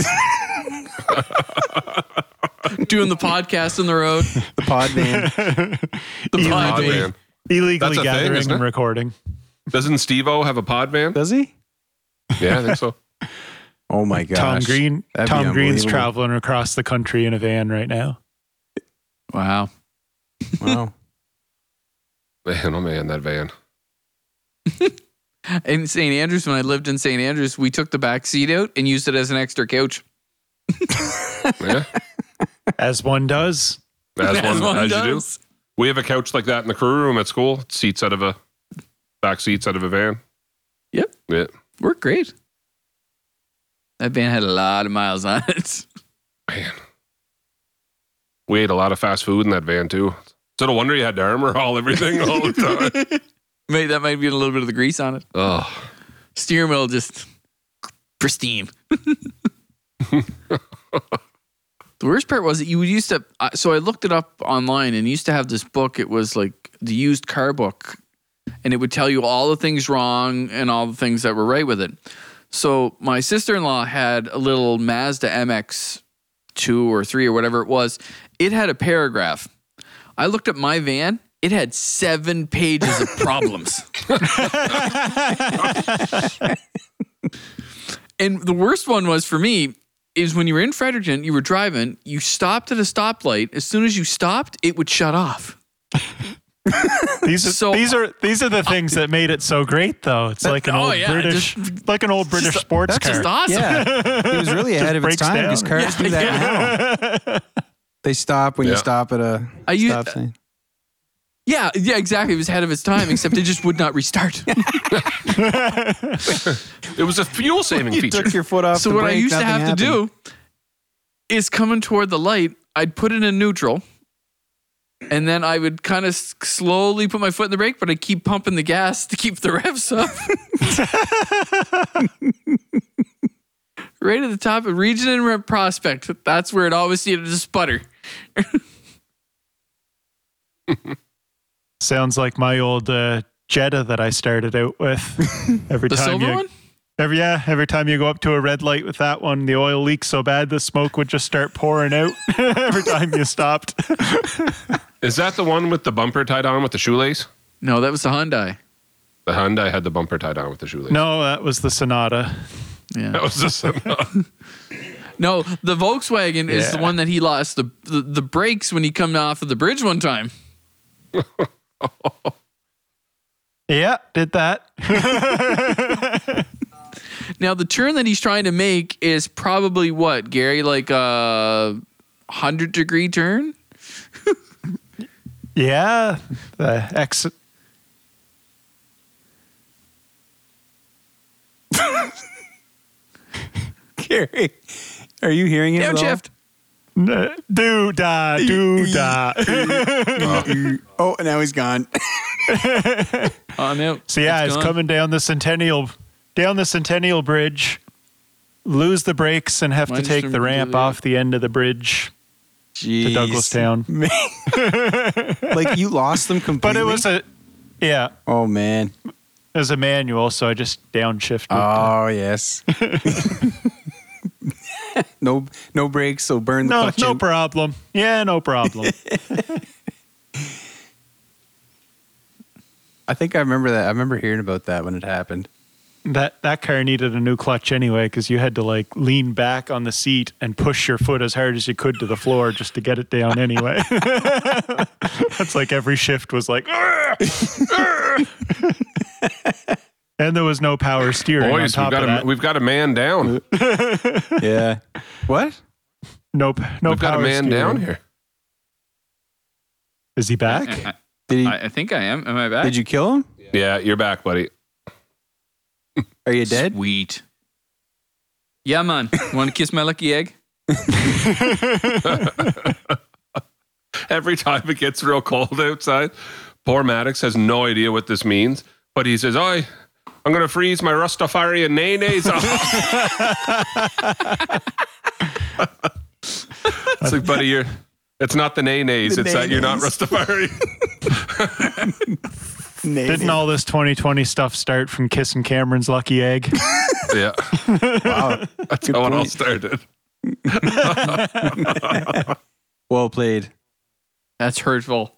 [SPEAKER 3] Doing the podcast on the road.
[SPEAKER 2] [LAUGHS]
[SPEAKER 5] The pod van.
[SPEAKER 3] The pod
[SPEAKER 4] Elon
[SPEAKER 2] Pod
[SPEAKER 4] Maybe.
[SPEAKER 3] van.
[SPEAKER 2] van. That's
[SPEAKER 4] e- Illegally
[SPEAKER 2] a thing,
[SPEAKER 4] gathering
[SPEAKER 2] isn't
[SPEAKER 4] and
[SPEAKER 2] it?
[SPEAKER 4] recording.
[SPEAKER 2] Doesn't Steve O have a pod van?
[SPEAKER 3] [LAUGHS]
[SPEAKER 5] [LAUGHS] Does he?
[SPEAKER 2] Yeah, I think so.
[SPEAKER 5] Oh my gosh.
[SPEAKER 4] Tom Green.
[SPEAKER 5] that'd be
[SPEAKER 4] Tom Green's
[SPEAKER 5] unbelievable.
[SPEAKER 4] traveling across the country in a van right now.
[SPEAKER 3] Wow.
[SPEAKER 5] Wow.
[SPEAKER 2] [LAUGHS] Man, oh man, that van.
[SPEAKER 3] In St. Andrews, when I lived in St. Andrews, we took the back seat out and used it as an extra couch.
[SPEAKER 2] Yeah.
[SPEAKER 4] As one does. [LAUGHS]
[SPEAKER 3] [LAUGHS]
[SPEAKER 2] As, one, as you do.
[SPEAKER 3] does.
[SPEAKER 2] We have a couch like that in the crew room at school. Seats out of a back seats out of a van.
[SPEAKER 3] Yep.
[SPEAKER 2] Yeah.
[SPEAKER 3] Worked great. That van had a lot of miles on it. [LAUGHS]
[SPEAKER 2] We ate a lot of fast food in that van too. So no wonder you had to armor all everything all
[SPEAKER 4] [LAUGHS]
[SPEAKER 2] the time.
[SPEAKER 3] Maybe that might be a little bit of the grease on it.
[SPEAKER 2] oh.
[SPEAKER 3] Steering wheel just pristine. the worst part was that you used to. Uh, so I looked it up online and used to have this book. It was like the used car book, and it would tell you all the things wrong and all the things that were right with it. So my sister in law had a little Mazda MX two or three or whatever it was. It had a paragraph. I looked up my van. It had seven pages of problems. And the worst one was for me is when you were in Fredericton, you were driving, you stopped at a stoplight. As soon as you stopped, it would shut off.
[SPEAKER 4] These are
[SPEAKER 3] So-
[SPEAKER 4] these are these are the things that made it so great, though. It's like an
[SPEAKER 3] oh,
[SPEAKER 4] old
[SPEAKER 3] yeah,
[SPEAKER 4] British, like an old British sports
[SPEAKER 3] That's
[SPEAKER 4] car.
[SPEAKER 3] just awesome.
[SPEAKER 5] Yeah, he was really ahead of his
[SPEAKER 4] breaks
[SPEAKER 5] time
[SPEAKER 4] down.
[SPEAKER 5] because cars
[SPEAKER 3] Yeah,
[SPEAKER 5] do that now. [LAUGHS] They stop when
[SPEAKER 2] Yeah.
[SPEAKER 5] you stop at a
[SPEAKER 3] Are you-
[SPEAKER 5] stop sign.
[SPEAKER 3] Yeah, yeah, exactly. It was ahead of its time, except it just would not restart.
[SPEAKER 2] It was a fuel
[SPEAKER 4] [LAUGHS]
[SPEAKER 2] saving
[SPEAKER 5] You
[SPEAKER 2] feature.
[SPEAKER 5] took your foot off.
[SPEAKER 3] so
[SPEAKER 5] the
[SPEAKER 3] what I
[SPEAKER 5] brake,
[SPEAKER 3] used to
[SPEAKER 5] nothing
[SPEAKER 3] have to
[SPEAKER 5] happened.
[SPEAKER 3] do is coming toward the light, I'd put it in neutral, and then I would kind of s- slowly put my foot in the brake, but I would keep pumping the gas to keep the [LAUGHS] revs up. right at the top of Region and Rep Prospect. That's where it always seemed to sputter.
[SPEAKER 4] Sounds like my old uh, Jetta that I started out
[SPEAKER 3] [LAUGHS]
[SPEAKER 4] with. Every
[SPEAKER 3] The
[SPEAKER 4] time
[SPEAKER 3] silver
[SPEAKER 4] you,
[SPEAKER 3] one?
[SPEAKER 4] Every yeah, every time you go up to a red light with that one, the oil leaked so bad the smoke would just start pouring out [LAUGHS] every time you stopped.
[SPEAKER 2] Is that the one with the bumper tied on with the shoelace?
[SPEAKER 3] No, that was the Hyundai.
[SPEAKER 2] The Hyundai had the bumper tied on with the shoelace.
[SPEAKER 4] No, that was the Sonata.
[SPEAKER 2] [LAUGHS] That was
[SPEAKER 4] [LAUGHS]
[SPEAKER 2] just
[SPEAKER 3] No, the Volkswagen is the
[SPEAKER 4] Yeah.
[SPEAKER 3] one that he lost the, the the brakes when he come off of the bridge one time.
[SPEAKER 4] Yeah, did that.
[SPEAKER 3] Now the turn that he's trying to make is probably what Gary like a hundred degree turn.
[SPEAKER 4] Yeah, the uh, exit.
[SPEAKER 5] Gary, are you hearing it? at all?
[SPEAKER 3] Downshift.
[SPEAKER 4] Do da do da.
[SPEAKER 5] Oh, now he's gone.
[SPEAKER 3] On out.
[SPEAKER 4] So yeah, it's,
[SPEAKER 3] Oh, gone.
[SPEAKER 4] coming down the Centennial, down the Centennial Bridge. Lose the brakes and have
[SPEAKER 3] Minus
[SPEAKER 4] to take
[SPEAKER 3] from
[SPEAKER 4] the
[SPEAKER 3] the
[SPEAKER 4] ramp
[SPEAKER 3] other-
[SPEAKER 4] off the end of the bridge
[SPEAKER 5] Jeez.
[SPEAKER 4] to Douglastown.
[SPEAKER 5] like you lost them completely.
[SPEAKER 4] But it was a, yeah,
[SPEAKER 5] Oh man.
[SPEAKER 4] it was a manual, so I just downshifted.
[SPEAKER 5] Oh yes. [LAUGHS] no, no brakes. So burn the
[SPEAKER 4] no,
[SPEAKER 5] clutch.
[SPEAKER 4] no
[SPEAKER 5] in.
[SPEAKER 4] problem. Yeah, no
[SPEAKER 5] [LAUGHS]
[SPEAKER 4] problem.
[SPEAKER 5] I think I remember that. I remember hearing about that when it happened.
[SPEAKER 4] that that car needed a new clutch anyway because you had to like lean back on the seat and push your foot as hard as you could to the floor just to get it down anyway. [LAUGHS] That's like every shift was like, "Argh! Argh!" and there was no power steering on
[SPEAKER 2] Boys, we've
[SPEAKER 4] top
[SPEAKER 2] got,
[SPEAKER 4] of
[SPEAKER 2] a,
[SPEAKER 4] that.
[SPEAKER 2] we've got a man down.
[SPEAKER 5] Yeah. [LAUGHS] what?
[SPEAKER 4] Nope, no
[SPEAKER 2] we've got a
[SPEAKER 4] power
[SPEAKER 2] man
[SPEAKER 4] steering.
[SPEAKER 2] down here.
[SPEAKER 4] Is he back?
[SPEAKER 5] Did he?
[SPEAKER 3] I, I think I am. Am I back?
[SPEAKER 5] did you kill him?
[SPEAKER 2] Yeah, you're back, buddy.
[SPEAKER 5] Are you dead?
[SPEAKER 3] Sweet. Yeah, man. Want to kiss my lucky egg?
[SPEAKER 2] Every time it gets real cold outside, poor Maddox has no idea what this means, but he says, "I, I'm gonna freeze my Rastafarian nay-nays
[SPEAKER 5] [LAUGHS]
[SPEAKER 2] off." it's like, buddy, you're. It's not the nay-nays. it's that you're not Rastafarian.
[SPEAKER 5] [LAUGHS]
[SPEAKER 4] Didn't all this 2020 stuff start from kissing Cameron's lucky egg?
[SPEAKER 2] yeah,
[SPEAKER 5] Wow.
[SPEAKER 2] that's
[SPEAKER 5] Good
[SPEAKER 2] how it all
[SPEAKER 5] point.
[SPEAKER 2] started.
[SPEAKER 5] Well played.
[SPEAKER 3] That's hurtful.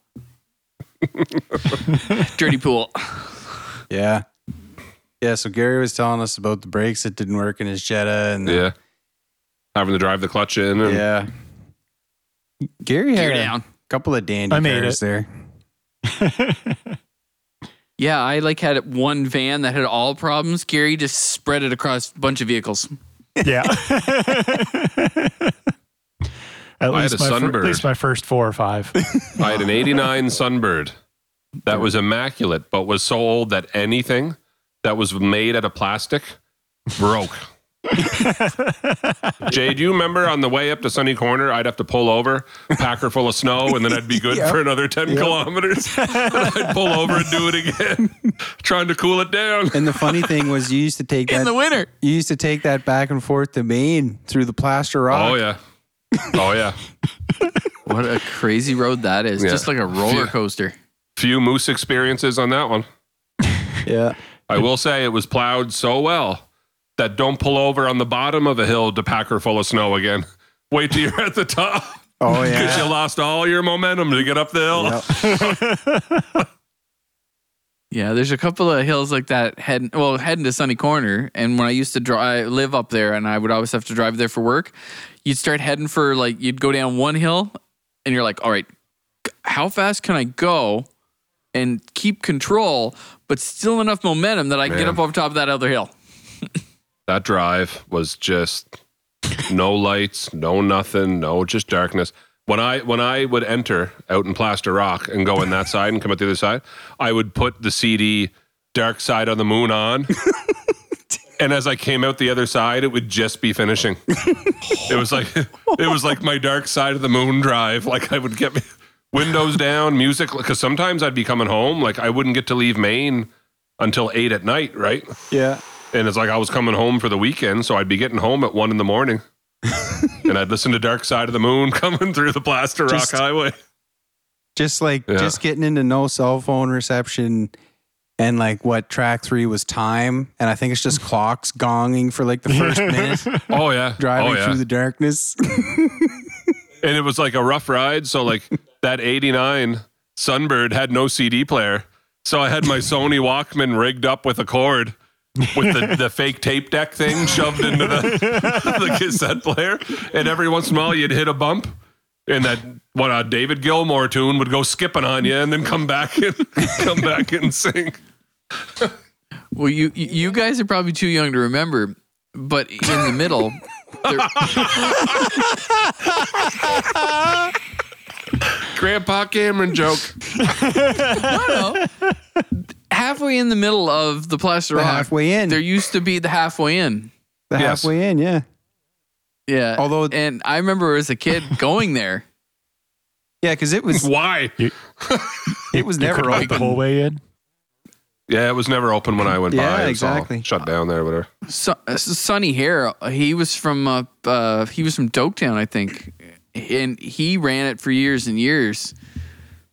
[SPEAKER 3] Dirty pool.
[SPEAKER 5] Yeah. Yeah. So Gary was telling us about the brakes that didn't work in his Jetta, and
[SPEAKER 2] Yeah, having to drive the clutch in. And,
[SPEAKER 5] yeah. Gary had
[SPEAKER 3] Gear
[SPEAKER 5] a
[SPEAKER 3] down.
[SPEAKER 5] couple of dandy
[SPEAKER 4] I made
[SPEAKER 5] cars
[SPEAKER 4] it.
[SPEAKER 5] there.
[SPEAKER 3] Yeah, I like had one van that had all problems. Gary just spread it across a bunch of vehicles.
[SPEAKER 4] [LAUGHS] yeah. At
[SPEAKER 2] I had a
[SPEAKER 4] least, my fir-
[SPEAKER 2] sunbird.
[SPEAKER 4] at least my first four or five.
[SPEAKER 2] I had an 89 Sunbird that was immaculate, but was so old that anything that was made out of plastic broke. Jay, do you remember on the way up to Sunny Corner, I'd have to pull over, pack her full of snow, and then I'd be good for another 10 kilometers. and I'd pull over and do it again, trying to cool it down.
[SPEAKER 5] And the funny thing was, you
[SPEAKER 3] [LAUGHS]
[SPEAKER 5] used to take
[SPEAKER 3] In
[SPEAKER 5] that.
[SPEAKER 3] the winter.
[SPEAKER 5] you used to take that back and forth to Maine through the plaster rock.
[SPEAKER 2] Oh, yeah. Oh, yeah.
[SPEAKER 3] What a crazy road that is.
[SPEAKER 2] Yeah.
[SPEAKER 3] Just like a roller coaster.
[SPEAKER 2] Few moose experiences on that one.
[SPEAKER 5] Yeah.
[SPEAKER 2] I will say it was plowed so well that don't pull over on the bottom of a hill to pack her full of snow again. Wait till you're at the top [LAUGHS]
[SPEAKER 5] Oh
[SPEAKER 2] because
[SPEAKER 5] yeah.
[SPEAKER 2] you lost all your momentum to get up the hill.
[SPEAKER 5] Yep.
[SPEAKER 3] Yeah, there's a couple of hills like that heading well, heading to Sunny Corner. And when I used to drive live up there and I would always have to drive there for work, you'd start heading for like you'd go down one hill and you're like, all right, g- how fast can I go and keep control, but still enough momentum that I can get
[SPEAKER 2] Man.
[SPEAKER 3] up over top of that other hill.
[SPEAKER 2] That drive was just no lights, no nothing, no just darkness. When I when I would enter out in Plaster Rock and go in that [LAUGHS] side and come out the other side, I would put the CD Dark Side of the Moon on. and as I came out the other side, it would just be finishing. it was like it was like my Dark Side of the Moon drive. Like I would get me- windows down, music cuz sometimes I'd be coming home like I wouldn't get to leave Maine until 8 at night, right?
[SPEAKER 5] Yeah.
[SPEAKER 2] And it's like I was coming home for the weekend, so I'd be getting home at one in the
[SPEAKER 5] [LAUGHS]
[SPEAKER 2] morning. and I'd listen to Dark Side of the Moon [LAUGHS] coming through the Plaster Rock
[SPEAKER 5] Just-
[SPEAKER 2] Highway.
[SPEAKER 5] Just like
[SPEAKER 2] Yeah.
[SPEAKER 5] just getting into no cell phone reception and like what track three was time. And I think it's just clocks gonging for like the
[SPEAKER 3] [LAUGHS]
[SPEAKER 5] first minute
[SPEAKER 2] Oh yeah.
[SPEAKER 5] driving
[SPEAKER 2] oh, yeah.
[SPEAKER 5] through the darkness. [LAUGHS]
[SPEAKER 2] and it was like a rough ride. So
[SPEAKER 5] [LAUGHS]
[SPEAKER 2] like that '89 Sunbird had no CD player, so I had
[SPEAKER 5] [LAUGHS]
[SPEAKER 2] my Sony Walkman rigged up with a cord, with the,
[SPEAKER 5] [LAUGHS]
[SPEAKER 2] the fake tape deck thing shoved into the, [LAUGHS] the cassette player, and every once in a while you'd hit a bump. And that what a David Gilmour tune would go skipping on you, and then come back and [LAUGHS] come back and sing.
[SPEAKER 3] Well, you you- you guys are probably too young to remember, but in the middle, there-
[SPEAKER 2] Grandpa Cameron joke.
[SPEAKER 3] halfway in the middle of the plaster rock,
[SPEAKER 5] halfway in.
[SPEAKER 3] there used to be the halfway in.
[SPEAKER 5] The
[SPEAKER 2] Yes.
[SPEAKER 5] halfway in, yeah.
[SPEAKER 3] Yeah.
[SPEAKER 5] Although-
[SPEAKER 3] and I remember as a kid going there.
[SPEAKER 5] Yeah, because it was [LAUGHS]
[SPEAKER 2] Why?
[SPEAKER 5] [LAUGHS] it was never
[SPEAKER 4] Like
[SPEAKER 5] open.
[SPEAKER 4] the whole way in.
[SPEAKER 2] Yeah, it was never open when I went
[SPEAKER 5] Yeah,
[SPEAKER 2] by. It's all
[SPEAKER 5] exactly.
[SPEAKER 2] Shut down there, whatever.
[SPEAKER 3] Son, uh, Sonny Hare, he was from uh, uh, he was from Doketown, I think, and he ran it for years and years.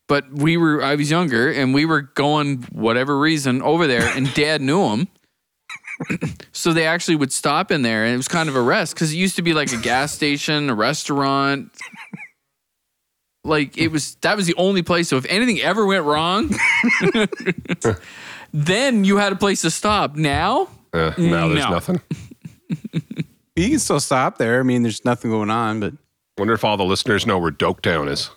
[SPEAKER 3] But we were I was younger, and we were going whatever reason over there, and Dad knew him. [COUGHS] So they actually would stop in there, and it was kind of a rest because it used to be like a gas station, a restaurant. Like it was that was the only place. So if anything ever went wrong, [LAUGHS] then you had a place to stop. Now
[SPEAKER 2] Uh, now there's
[SPEAKER 3] No.
[SPEAKER 2] nothing.
[SPEAKER 5] You can still stop there. I mean, there's nothing going on, but
[SPEAKER 2] Wonder if all the listeners know where Doketown is.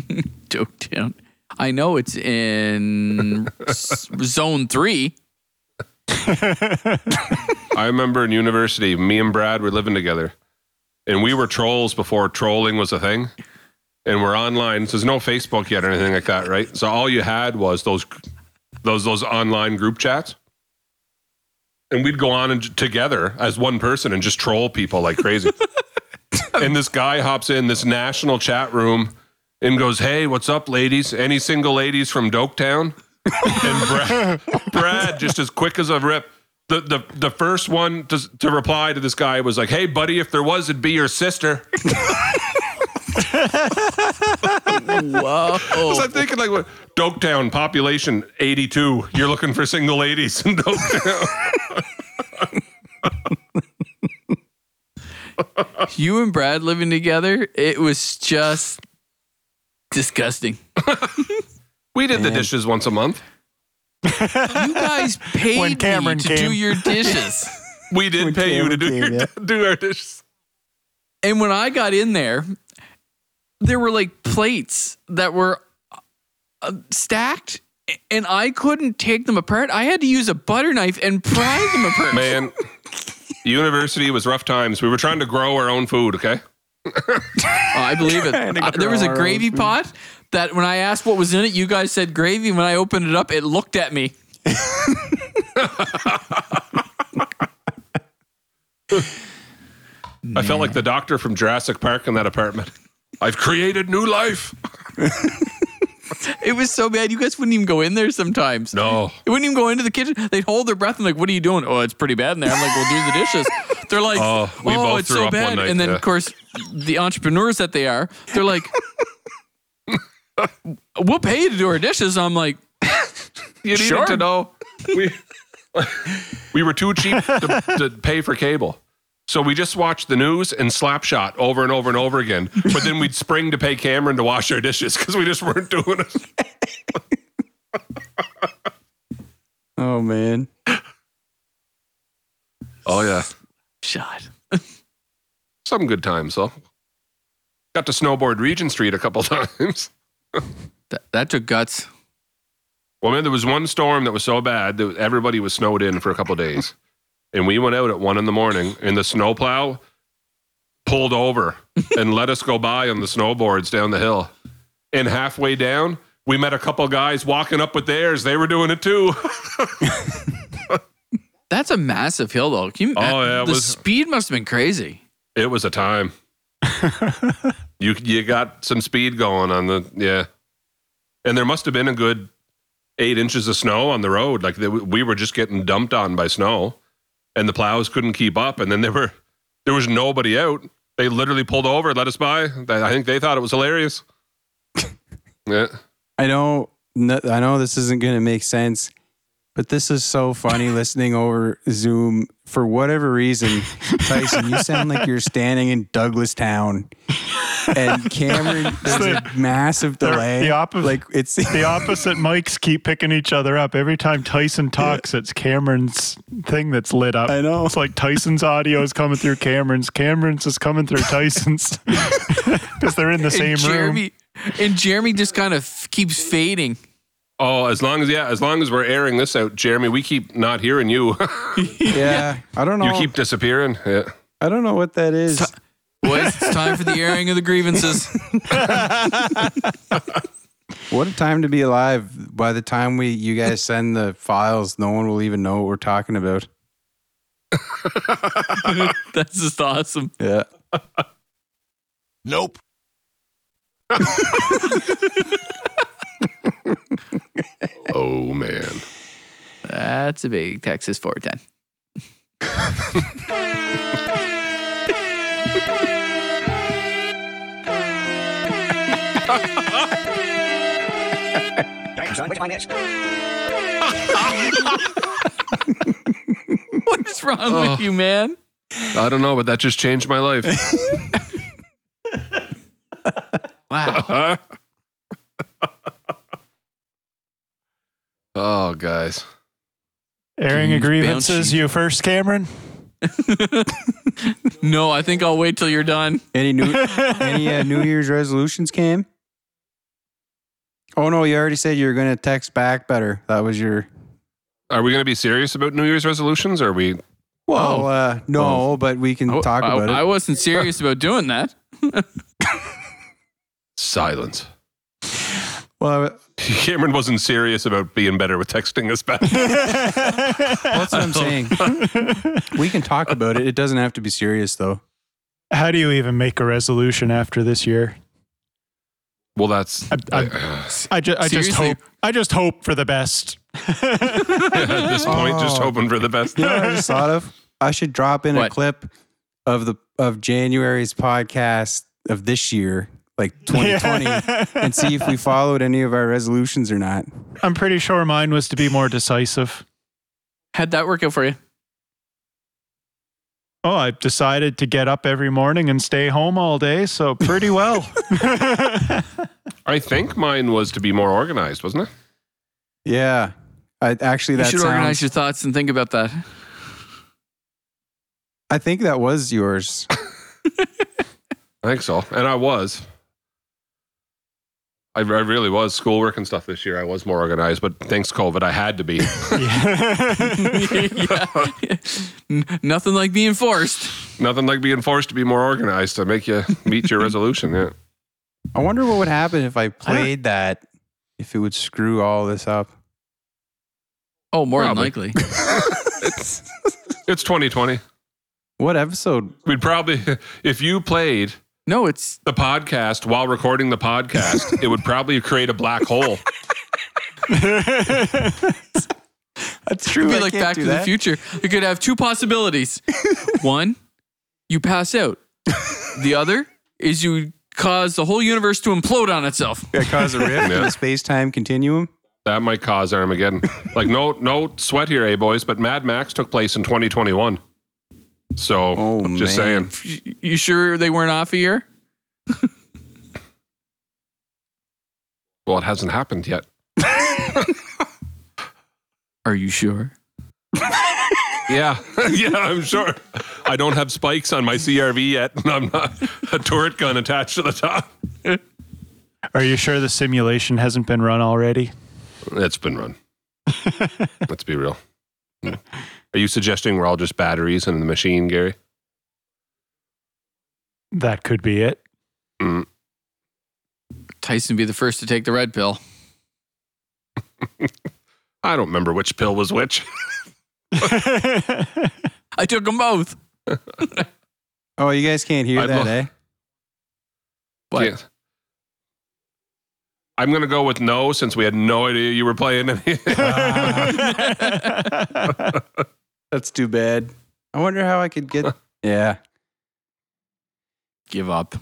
[SPEAKER 3] [LAUGHS] Doketown. I know it's in s- zone three.
[SPEAKER 2] I remember in university, me and Brad were living together, and we were trolls before trolling was a thing. And we're online, so there's no Facebook yet or anything like that, right? So all you had was those, those, those online group chats, and we'd go on and j- together as one person and just troll people like crazy. and this guy hops in this national chat room and goes, "Hey, what's up, ladies? Any single ladies from Doketown?" and Brad, [LAUGHS] Brad just as quick as a rip. The, the, the first one to, to reply to this guy was like, "Hey buddy, if there was, it'd be your sister." [LAUGHS]
[SPEAKER 3] Whoa.
[SPEAKER 2] So I'm thinking like, what? Doketown population 82. You're looking for single ladies in Doketown.
[SPEAKER 3] [LAUGHS] you and Brad living together, it was just disgusting.
[SPEAKER 2] [LAUGHS] we did the dishes once a month.
[SPEAKER 3] You
[SPEAKER 4] [LAUGHS]
[SPEAKER 3] guys paid
[SPEAKER 4] When Cameron
[SPEAKER 3] me to
[SPEAKER 4] came.
[SPEAKER 3] do your
[SPEAKER 4] [LAUGHS]
[SPEAKER 3] dishes.
[SPEAKER 2] We did
[SPEAKER 5] When
[SPEAKER 2] pay you to
[SPEAKER 5] Cameron
[SPEAKER 2] do
[SPEAKER 5] came,
[SPEAKER 2] your,
[SPEAKER 5] yeah.
[SPEAKER 2] do our dishes.
[SPEAKER 3] and when I got in there, there were like plates that were uh, stacked, and I couldn't take them apart. I had to use a butter knife and pry them
[SPEAKER 4] [LAUGHS]
[SPEAKER 3] apart.
[SPEAKER 2] Man, university was rough times. We were trying to grow our own food, okay?
[SPEAKER 3] Oh, I
[SPEAKER 2] [LAUGHS]
[SPEAKER 3] believe it.
[SPEAKER 5] Trying to
[SPEAKER 3] Uh, there was a
[SPEAKER 5] grow our own
[SPEAKER 3] gravy pot that when I asked what was in it, you guys said gravy. When I opened it up, it looked at me.
[SPEAKER 2] I felt like the doctor from Jurassic Park in that apartment. I've created new life.
[SPEAKER 3] It was so bad. You guys wouldn't even go in there sometimes.
[SPEAKER 2] No.
[SPEAKER 3] They wouldn't even go into the kitchen. They'd hold their breath and like, "What are you doing?" Oh, it's pretty bad in there. I'm like, "Well, do the
[SPEAKER 2] [LAUGHS]
[SPEAKER 3] dishes." They're like, "Oh,
[SPEAKER 2] Oh, we both
[SPEAKER 3] it's
[SPEAKER 2] threw
[SPEAKER 3] so
[SPEAKER 2] up one
[SPEAKER 3] bad."
[SPEAKER 2] night,
[SPEAKER 3] and then
[SPEAKER 2] yeah.
[SPEAKER 3] of course, the entrepreneurs that they are, they're like, [LAUGHS] "We'll pay you to do our dishes." I'm like,
[SPEAKER 2] You needed
[SPEAKER 3] Sure.
[SPEAKER 2] to know. We, [LAUGHS] we were too cheap to, to pay for cable. So we just watched the news and Slapshot over and over and over again. But then we'd spring to pay Cameron to wash our dishes because we just weren't doing it.
[SPEAKER 5] oh man.
[SPEAKER 2] Oh, yeah.
[SPEAKER 3] "Shot."
[SPEAKER 2] Some good times, though. [LAUGHS] Got to snowboard Regent Street a couple times.
[SPEAKER 3] That, that took guts.
[SPEAKER 2] Well, man, there was one storm that was so bad that everybody was snowed in for a couple days. And we went out at one in the morning, and the snowplow pulled over and let us go by on the snowboards down the hill. And halfway down, we met a couple guys walking up with theirs. They were doing it too.
[SPEAKER 3] That's a massive hill, though. Can you,
[SPEAKER 2] Oh, yeah, it
[SPEAKER 3] the
[SPEAKER 2] was-
[SPEAKER 3] speed must have been crazy.
[SPEAKER 2] It was a time. you you got some speed going on the yeah, and there must have been a good eight inches of snow on the road. Like they, we were just getting dumped on by snow, and the plows couldn't keep up. And then there were there was nobody out. They literally pulled over, let us by. They- I think they thought it was hilarious. yeah,
[SPEAKER 5] I know, no- I know this isn't going to make sense, but this is so
[SPEAKER 4] [LAUGHS]
[SPEAKER 5] funny listening over Zoom for whatever reason. Tyson, you sound like you're standing in Douglastown,
[SPEAKER 4] [LAUGHS]
[SPEAKER 5] and Cameron, there's a massive
[SPEAKER 4] They're
[SPEAKER 5] delay.
[SPEAKER 4] the opposite-
[SPEAKER 5] Like it's
[SPEAKER 4] The opposite mics keep picking each other up. Every time Tyson talks, it's Cameron's thing that's lit up.
[SPEAKER 5] I know.
[SPEAKER 4] It's like Tyson's audio is coming through Cameron's. Cameron's is coming through Tyson's [LAUGHS] because they're in the same
[SPEAKER 3] and Jeremy,
[SPEAKER 4] room.
[SPEAKER 3] And Jeremy just kind of f- keeps fading.
[SPEAKER 2] Oh, as long as yeah, as long as we're airing this out, Jeremy, we keep not hearing you.
[SPEAKER 5] [LAUGHS]
[SPEAKER 2] [LAUGHS]
[SPEAKER 5] yeah. I don't know.
[SPEAKER 2] you keep disappearing. Yeah.
[SPEAKER 5] I don't know what that is.
[SPEAKER 3] Boys, it's time for the airing of the grievances.
[SPEAKER 4] [LAUGHS]
[SPEAKER 5] What a time to be alive! By the time we you guys send the files, no one will even know what we're talking about.
[SPEAKER 3] That's just awesome.
[SPEAKER 5] Yeah.
[SPEAKER 8] Nope.
[SPEAKER 2] Oh man.
[SPEAKER 3] That's a big Texas 410. What is wrong
[SPEAKER 4] Oh.
[SPEAKER 3] with you, man?
[SPEAKER 2] I don't know, but that just changed my life.
[SPEAKER 3] Wow.
[SPEAKER 2] [LAUGHS] oh, guys.
[SPEAKER 4] Airing of
[SPEAKER 3] Bouncy.
[SPEAKER 4] grievances, you first,
[SPEAKER 5] [LAUGHS]
[SPEAKER 4] Cameron.
[SPEAKER 3] [LAUGHS] No, I think I'll wait till you're done.
[SPEAKER 5] Any new any uh, New Year's resolutions came? Oh no, you already said you were gonna text back better. That was your
[SPEAKER 2] Are we going to be serious about New Year's resolutions? Or are we?
[SPEAKER 5] well, uh, no, but we can
[SPEAKER 3] I-
[SPEAKER 5] talk
[SPEAKER 3] I,
[SPEAKER 5] about
[SPEAKER 3] I
[SPEAKER 5] it.
[SPEAKER 3] wasn't serious about doing that.
[SPEAKER 2] Silence.
[SPEAKER 5] Well,
[SPEAKER 2] [LAUGHS] Cameron wasn't serious about being better with texting us back.
[SPEAKER 3] [LAUGHS]
[SPEAKER 5] that's what I'm saying. we can talk about it. It doesn't have to be serious though.
[SPEAKER 4] How do you even make a resolution after this year?
[SPEAKER 2] well, that's [LAUGHS]
[SPEAKER 4] I, I,
[SPEAKER 2] Uh,
[SPEAKER 4] I, ju- I just
[SPEAKER 3] Seriously?
[SPEAKER 4] hope. I just hope for the best.
[SPEAKER 2] at this point just hoping for the best.
[SPEAKER 5] You know what I just thought of? I should drop in a
[SPEAKER 3] What?
[SPEAKER 5] clip of the of January's podcast of this year, like 2020, and see if we followed any of our resolutions or not.
[SPEAKER 4] I'm pretty sure mine was to be more decisive.
[SPEAKER 3] How'd that work out for you?
[SPEAKER 4] Oh, I've decided to get up every morning and stay home all day, so pretty well.
[SPEAKER 2] I think mine was to be more organized, wasn't it?
[SPEAKER 5] [LAUGHS] Yeah. I, actually,
[SPEAKER 3] You
[SPEAKER 5] that
[SPEAKER 3] should
[SPEAKER 5] sounds.
[SPEAKER 3] organize your thoughts and think about that.
[SPEAKER 5] I think that was yours.
[SPEAKER 2] I think so. And I was. I, I really was. Schoolwork and stuff this year, I was more organized, but thanks, COVID, I had to be.
[SPEAKER 3] [LAUGHS] Yeah. N- Nothing like being forced.
[SPEAKER 2] Nothing like being forced to be more organized to make you meet your resolution. Yeah.
[SPEAKER 5] I wonder what would happen if I played that. If it would screw all this up.
[SPEAKER 3] Oh, more than
[SPEAKER 2] Probably.
[SPEAKER 3] likely.
[SPEAKER 2] It's 2020.
[SPEAKER 5] What episode?
[SPEAKER 2] We'd probably, [LAUGHS] if you played
[SPEAKER 3] No,
[SPEAKER 5] [LAUGHS]
[SPEAKER 3] it's
[SPEAKER 2] the podcast while recording the podcast, it would probably create a black hole.
[SPEAKER 5] That's true.
[SPEAKER 3] be like Back to the Future. You could have two
[SPEAKER 5] [LAUGHS]
[SPEAKER 3] possibilities. One, you pass out. The other is you cause the whole universe to implode on itself.
[SPEAKER 5] That cause a rift in
[SPEAKER 2] Yeah.
[SPEAKER 5] the space time continuum.
[SPEAKER 2] That might cause Armageddon. Like no no sweat here, eh boys, but Mad Max took place in 2021. So
[SPEAKER 5] Oh,
[SPEAKER 2] I'm just
[SPEAKER 5] man.
[SPEAKER 2] saying.
[SPEAKER 3] You- You sure they weren't off a year?
[SPEAKER 2] Well, it hasn't happened yet.
[SPEAKER 3] Are you sure?
[SPEAKER 2] Yeah. [LAUGHS] yeah, I'm sure. I don't have spikes on my CRV yet, and I'm not [LAUGHS] a turret gun attached to the top.
[SPEAKER 4] Are you sure the simulation hasn't been run already?
[SPEAKER 2] That's been
[SPEAKER 5] [LAUGHS]
[SPEAKER 2] run. Let's be real. Yeah. Are you suggesting we're all just batteries in the machine, Gary?
[SPEAKER 4] That could
[SPEAKER 2] [LAUGHS]
[SPEAKER 4] be it.
[SPEAKER 3] Tyson be the first to take the red pill.
[SPEAKER 2] I don't remember which pill was which. [LAUGHS]
[SPEAKER 3] I took them both.
[SPEAKER 5] Oh, you guys can't hear
[SPEAKER 2] I'd
[SPEAKER 5] that,
[SPEAKER 2] love-
[SPEAKER 5] eh?
[SPEAKER 3] What?
[SPEAKER 2] Can't- I'm gonna go with no since we had no idea you were playing any. [LAUGHS]
[SPEAKER 5] That's too bad. I wonder how I could get. yeah.
[SPEAKER 3] Give up.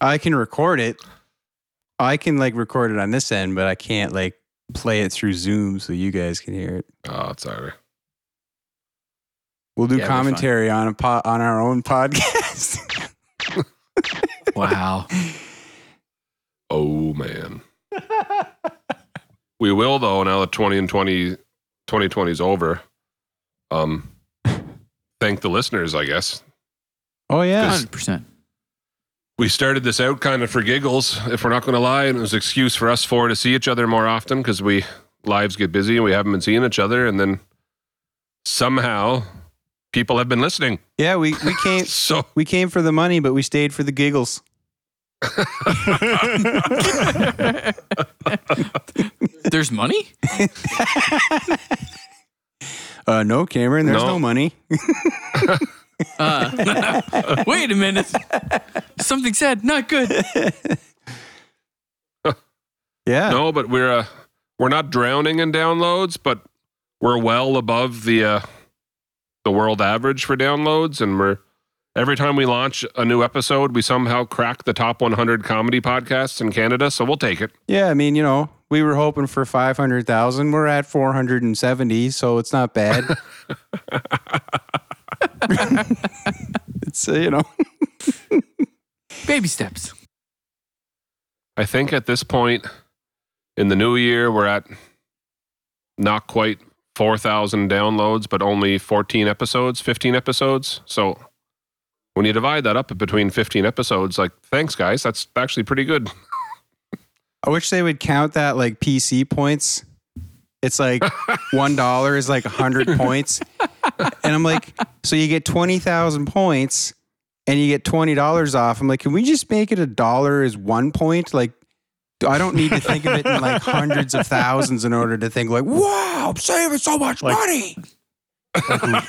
[SPEAKER 5] I can record it. I can like record it on this end, but I can't like play it through Zoom so you guys can hear it.
[SPEAKER 2] oh, sorry.
[SPEAKER 5] We'll do
[SPEAKER 3] Yeah, we're fine.
[SPEAKER 5] commentary on a po- on our own [LAUGHS] podcast.
[SPEAKER 3] Wow.
[SPEAKER 2] Oh man. we will though now that 20 and 20 2020 is over. Um thank the listeners, I guess.
[SPEAKER 5] oh yeah.
[SPEAKER 3] 100%.
[SPEAKER 2] We started this out kind of for giggles, if we're not going to lie, and it was an excuse for us four to see each other more often because we lives get busy and we haven't been seeing each other, and then somehow people have been listening.
[SPEAKER 5] Yeah, we we came
[SPEAKER 2] So
[SPEAKER 5] we came for the money, but we stayed for the giggles.
[SPEAKER 3] There's money?
[SPEAKER 5] Uh no, Cameron, there's
[SPEAKER 2] No.
[SPEAKER 5] no, money.
[SPEAKER 3] Uh, [LAUGHS] wait a minute. Something said, not good.
[SPEAKER 5] Yeah.
[SPEAKER 2] no, but we're uh, we're not drowning in downloads, but we're well above the uh, the world average for downloads, and we're every time we launch a new episode, we somehow crack the top 100 comedy podcasts in Canada. So we'll take it.
[SPEAKER 5] Yeah, I mean, you know, we were hoping for 500,000. We're at 470, so it's not bad. [LAUGHS] it's, uh, you know.
[SPEAKER 3] Baby steps.
[SPEAKER 2] I think at this point in the new year, we're at not quite 4,000 downloads, but only 14 episodes, 15 episodes. So when you divide that up between 15 episodes, like, thanks, guys. That's actually pretty good.
[SPEAKER 5] I wish they would count that like PC points. It's
[SPEAKER 2] [LAUGHS]
[SPEAKER 5] like $1 is like 100 points. And I'm like, so you get 20,000 points and you get $20 off. I'm like, can we just make it a dollar is one point? Like, I don't need to think of it in like hundreds of thousands in order to think like, wow, I'm saving so much
[SPEAKER 4] Like-
[SPEAKER 5] money.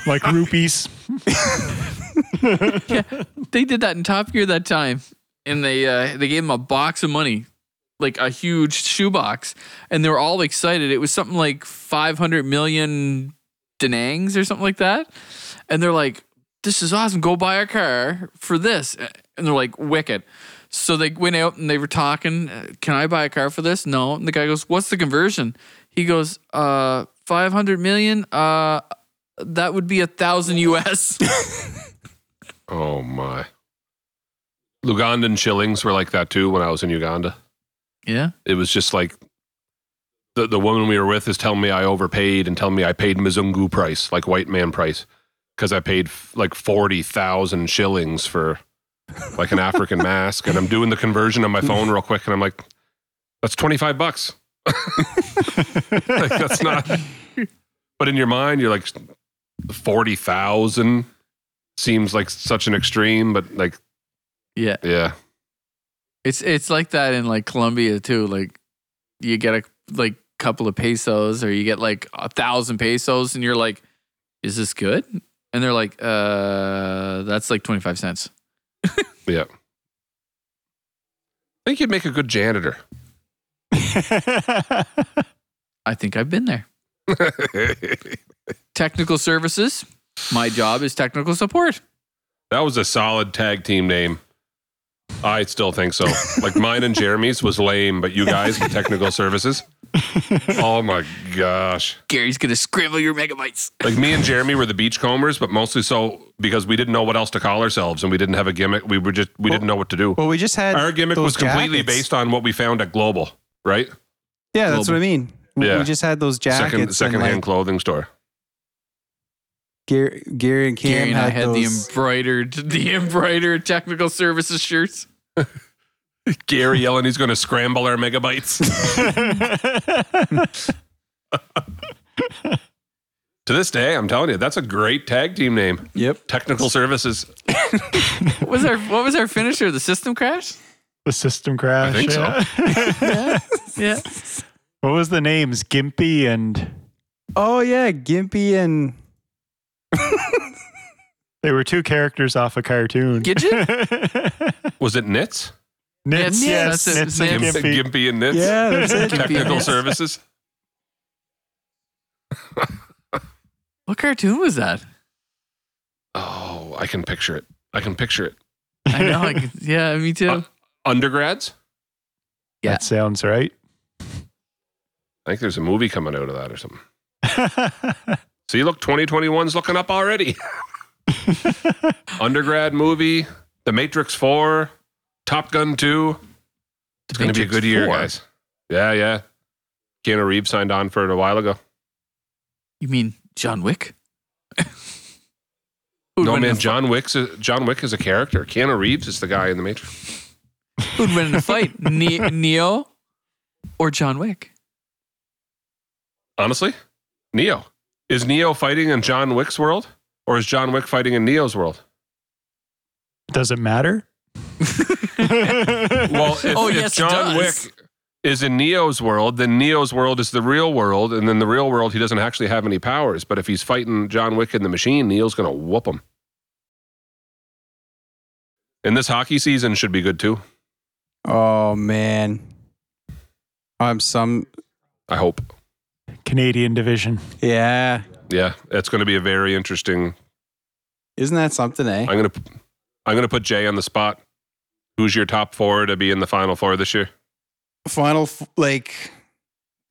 [SPEAKER 4] like
[SPEAKER 2] [LAUGHS]
[SPEAKER 4] rupees.
[SPEAKER 3] They did that in Top Gear that time, and they uh, they gave him a box of money, like a huge shoebox, and they were all excited. It was something like five hundred million denangs or something like that, and they're like, "This is awesome! Go buy a car for this," and they're like, "Wicked." So they went out and they were talking. uh, Can I buy a car for this? No. And the guy goes, "What's the conversion?" He goes, "Uh, five hundred million. Uh, that would be a thousand U.S."
[SPEAKER 2] Oh, my. Ugandan shillings were like that too when I was in Uganda.
[SPEAKER 3] [LAUGHS] yeah.
[SPEAKER 2] It was just like the, the woman we were with is telling me I overpaid and telling me I paid Mzungu price, like white man price, because I paid f- like 40,000 shillings for like an African mask. And I'm doing the conversion on my phone real quick. And I'm like, that's 25 bucks. [LAUGHS] like, that's not, but in your mind, you're like 40,000 seems like such an extreme, but like,
[SPEAKER 3] Yeah.
[SPEAKER 2] yeah.
[SPEAKER 3] It's it's like that in like Colombia too. Like you get a like couple of pesos or you get like a thousand pesos and you're like, is this good? And they're like, uh, that's like twenty five cents.
[SPEAKER 2] Yeah. I think you'd make a good janitor. [LAUGHS]
[SPEAKER 3] I think I've been there.
[SPEAKER 2] that
[SPEAKER 3] Technical services. My job is technical support.
[SPEAKER 2] was a solid tag team name. I still think so. Like mine and Jeremy's was lame, but you guys, the technical services. Oh my gosh.
[SPEAKER 3] Gary's gonna scribble your megabytes.
[SPEAKER 2] Like me and Jeremy were the beachcombers, but mostly so because we didn't know what else to call ourselves and we didn't have a gimmick. We were just, we didn't know what to do.
[SPEAKER 5] Well, we just had
[SPEAKER 2] Our gimmick was
[SPEAKER 5] those
[SPEAKER 2] completely
[SPEAKER 5] jackets.
[SPEAKER 2] based on what we found at Global, right?
[SPEAKER 5] Yeah, that's
[SPEAKER 3] Global.
[SPEAKER 5] what I mean. We-
[SPEAKER 2] Yeah.
[SPEAKER 5] We just had those jackets.
[SPEAKER 2] Second,
[SPEAKER 5] and,
[SPEAKER 2] secondhand
[SPEAKER 5] like,
[SPEAKER 2] clothing store.
[SPEAKER 5] Gary, Gary and Cam
[SPEAKER 3] Gary and
[SPEAKER 5] had,
[SPEAKER 3] I had the
[SPEAKER 5] those.
[SPEAKER 3] embroidered the embroidered technical services shirts.
[SPEAKER 2] Gary yelling he's going to scramble our megabytes. [LAUGHS] to this day, I'm telling you, that's a great tag team name.
[SPEAKER 5] Yep.
[SPEAKER 2] Technical services.
[SPEAKER 3] What was our what was our finisher? The system
[SPEAKER 5] [LAUGHS]
[SPEAKER 3] crash?
[SPEAKER 4] The system crash.
[SPEAKER 2] think so.
[SPEAKER 3] Yeah. yeah.
[SPEAKER 4] [LAUGHS] What was the names? Gimpy and
[SPEAKER 5] Oh yeah, Gimpy and
[SPEAKER 4] they were two characters off a cartoon. [LAUGHS]
[SPEAKER 3] Gidget?
[SPEAKER 2] Was it Nits?
[SPEAKER 4] Nits,
[SPEAKER 3] Nits,
[SPEAKER 4] yes,
[SPEAKER 3] that's it,
[SPEAKER 4] Nits and
[SPEAKER 3] Nits.
[SPEAKER 2] Gimpy,
[SPEAKER 4] Gimpy.
[SPEAKER 2] Gimpy and Nits?
[SPEAKER 5] yeah, that's it.
[SPEAKER 2] Technical
[SPEAKER 3] Gimpy.
[SPEAKER 2] services?
[SPEAKER 3] What cartoon was that?
[SPEAKER 2] Oh, I can picture it. I can picture it.
[SPEAKER 3] I know. I could, yeah, me too.
[SPEAKER 2] Uh, undergrads?
[SPEAKER 3] Yeah.
[SPEAKER 4] That sounds right. [LAUGHS]
[SPEAKER 2] I think there's a movie coming out of that or something. See, look, 2021's looking up already. Undergrad movie, The Matrix 4, Top Gun 2. It's going to be a
[SPEAKER 3] Matrix
[SPEAKER 2] good year,
[SPEAKER 3] 4?
[SPEAKER 2] guys. Yeah, yeah. Keanu Reeves signed on for it a while ago.
[SPEAKER 3] You mean John Wick? who'd,
[SPEAKER 2] [LAUGHS] no
[SPEAKER 3] win in
[SPEAKER 2] man,
[SPEAKER 3] a,
[SPEAKER 2] John Wick's a, John Wick is a character. Keanu Reeves is the guy in The Matrix.
[SPEAKER 3] who'd win in
[SPEAKER 2] [LAUGHS]
[SPEAKER 3] a fight? Ne- Neo or John Wick?
[SPEAKER 2] Honestly, Neo is Neo fighting in John Wick's world, or is John Wick fighting in Neo's world?
[SPEAKER 4] Does it matter?
[SPEAKER 3] [LAUGHS]
[SPEAKER 2] Well, if,
[SPEAKER 3] Oh,
[SPEAKER 2] if
[SPEAKER 3] yes, it
[SPEAKER 2] John
[SPEAKER 3] does.
[SPEAKER 2] Wick is in Neo's world, then Neo's world is the real world, and then the real world he doesn't actually have any powers. But if he's fighting John Wick in the machine, Neo's gonna whoop him. And this hockey season should be good too.
[SPEAKER 5] [LAUGHS] Oh man, I'm some.
[SPEAKER 2] I hope.
[SPEAKER 4] Canadian
[SPEAKER 5] [LAUGHS]
[SPEAKER 4] division.
[SPEAKER 5] Yeah,
[SPEAKER 2] Yeah, it's gonna be a very interesting.
[SPEAKER 5] isn't that something, eh?
[SPEAKER 2] I'm gonna, I'm gonna put Jay on the spot. Who's your top four to be in the final four this year?
[SPEAKER 5] Final f- like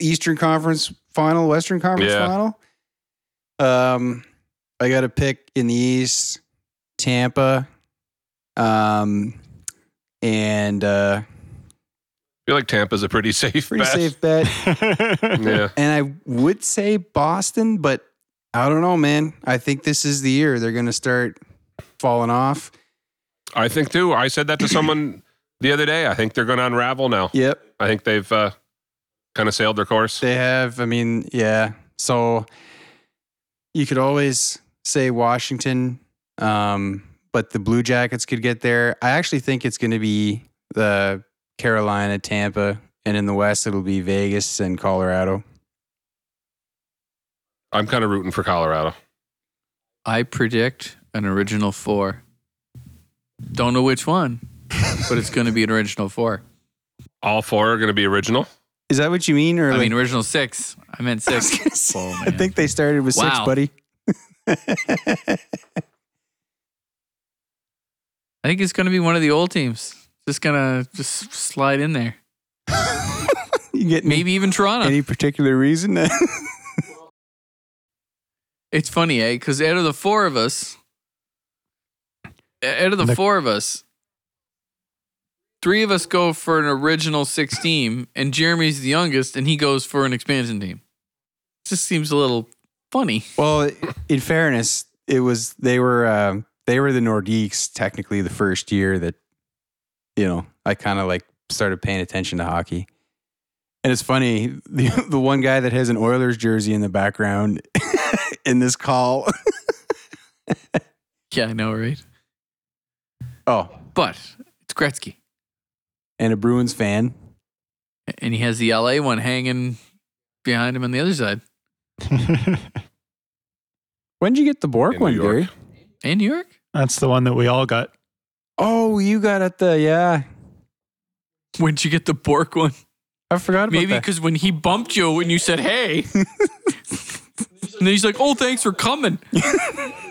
[SPEAKER 5] Eastern Conference final, Western Conference
[SPEAKER 2] Yeah.
[SPEAKER 5] final. Um, I got to pick in the East, Tampa, um, and uh,
[SPEAKER 2] I feel like Tampa's a pretty [LAUGHS] safe
[SPEAKER 5] pretty
[SPEAKER 2] bet.
[SPEAKER 5] safe bet.
[SPEAKER 2] Yeah.
[SPEAKER 5] And I would say Boston, but I don't know, man. I think this is the year they're going to start falling off.
[SPEAKER 2] I think too. I said that [CLEARS THROAT] to someone the other day. I think they're going to unravel now.
[SPEAKER 5] Yep.
[SPEAKER 2] I think they've uh, kind of sailed their course.
[SPEAKER 5] They have. I mean, yeah. So you could always say Washington, um, but the Blue Jackets could get there. I actually think it's going to be the Carolina, Tampa, and in the West, it'll be Vegas and Colorado.
[SPEAKER 2] I'm kind of rooting for Colorado.
[SPEAKER 3] I predict an original four. Don't know which one, but it's going to be an original four.
[SPEAKER 2] All four are going to be original.
[SPEAKER 5] Is that what you mean? Or
[SPEAKER 3] I
[SPEAKER 5] like-
[SPEAKER 3] mean, original six. I meant
[SPEAKER 5] [LAUGHS] I was
[SPEAKER 3] six.
[SPEAKER 5] gonna say,
[SPEAKER 3] Oh,
[SPEAKER 5] I
[SPEAKER 3] man.
[SPEAKER 5] think they started with six,
[SPEAKER 3] Wow.
[SPEAKER 5] buddy.
[SPEAKER 3] I think it's going to be one of the old teams. Just going to just slide in there.
[SPEAKER 5] you get any,
[SPEAKER 3] Maybe even Toronto.
[SPEAKER 5] any particular reason? [LAUGHS]
[SPEAKER 3] It's funny, eh? Because out of the four of us, out of the
[SPEAKER 4] Like-
[SPEAKER 3] four of us, three of us go for an original six team, and Jeremy's the youngest, and he goes for an expansion team. Just seems a little funny. [LAUGHS]
[SPEAKER 5] Well, in fairness, it was they were um, they were the Nordiques technically the first year that you know I kind of like started paying attention to hockey. And it's funny [LAUGHS] the the one guy that has an Oilers jersey in the background [LAUGHS] in this call. [LAUGHS]
[SPEAKER 3] Yeah, I know, right?
[SPEAKER 5] Oh,
[SPEAKER 3] But it's Gretzky,
[SPEAKER 5] and a Bruins fan.
[SPEAKER 3] and he has the LA one hanging behind him on the other side,
[SPEAKER 5] When did you get the Bork
[SPEAKER 2] In
[SPEAKER 5] one,
[SPEAKER 2] New York.
[SPEAKER 5] Gary?
[SPEAKER 3] and New York.
[SPEAKER 4] That's the one that we all
[SPEAKER 5] [LAUGHS]
[SPEAKER 4] got.
[SPEAKER 5] Oh, you got it. The yeah,
[SPEAKER 3] When'd you get the Bork one?
[SPEAKER 5] I forgot about
[SPEAKER 3] Maybe
[SPEAKER 5] that.
[SPEAKER 3] because when he bumped you and you said,
[SPEAKER 5] [LAUGHS]
[SPEAKER 3] hey. and then he's like, oh, thanks for coming.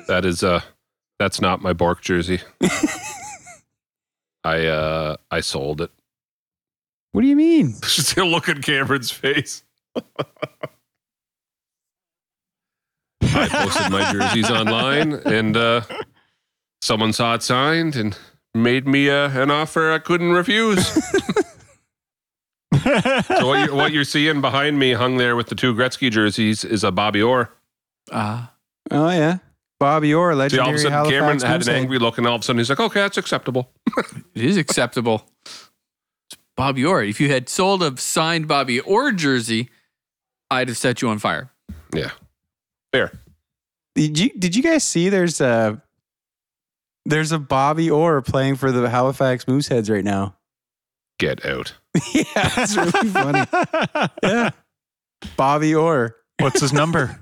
[SPEAKER 2] That is uh that's not my Bork
[SPEAKER 5] [LAUGHS]
[SPEAKER 2] jersey. I uh I sold it.
[SPEAKER 5] What do
[SPEAKER 2] [LAUGHS]
[SPEAKER 5] you mean?
[SPEAKER 2] Still look at Cameron's face. I posted my
[SPEAKER 5] [LAUGHS]
[SPEAKER 2] jerseys online and uh someone saw it signed and made me uh, an offer I couldn't refuse. so what you're, what you're seeing behind me hung there with the two Gretzky jerseys is a Bobby Orr.
[SPEAKER 3] Ah.
[SPEAKER 5] Oh yeah, Bobby Orr,
[SPEAKER 2] See, all of
[SPEAKER 5] legendary
[SPEAKER 2] a sudden
[SPEAKER 5] Halifax.
[SPEAKER 2] Cameron had an
[SPEAKER 5] Moosehead.
[SPEAKER 2] angry look and all of a sudden he's like, okay, that's acceptable.
[SPEAKER 3] It is acceptable. Bobby Orr, if you had sold a signed Bobby Orr jersey, I'd have set you on fire.
[SPEAKER 2] Yeah. Fair.
[SPEAKER 5] Did you did you guys see there's a there's a Bobby Orr playing for the Halifax Mooseheads right now?
[SPEAKER 2] Get out.
[SPEAKER 5] [LAUGHS] yeah,
[SPEAKER 4] [LAUGHS]
[SPEAKER 5] it's [LAUGHS] really funny. Yeah. Bobby Orr.
[SPEAKER 4] What's his number?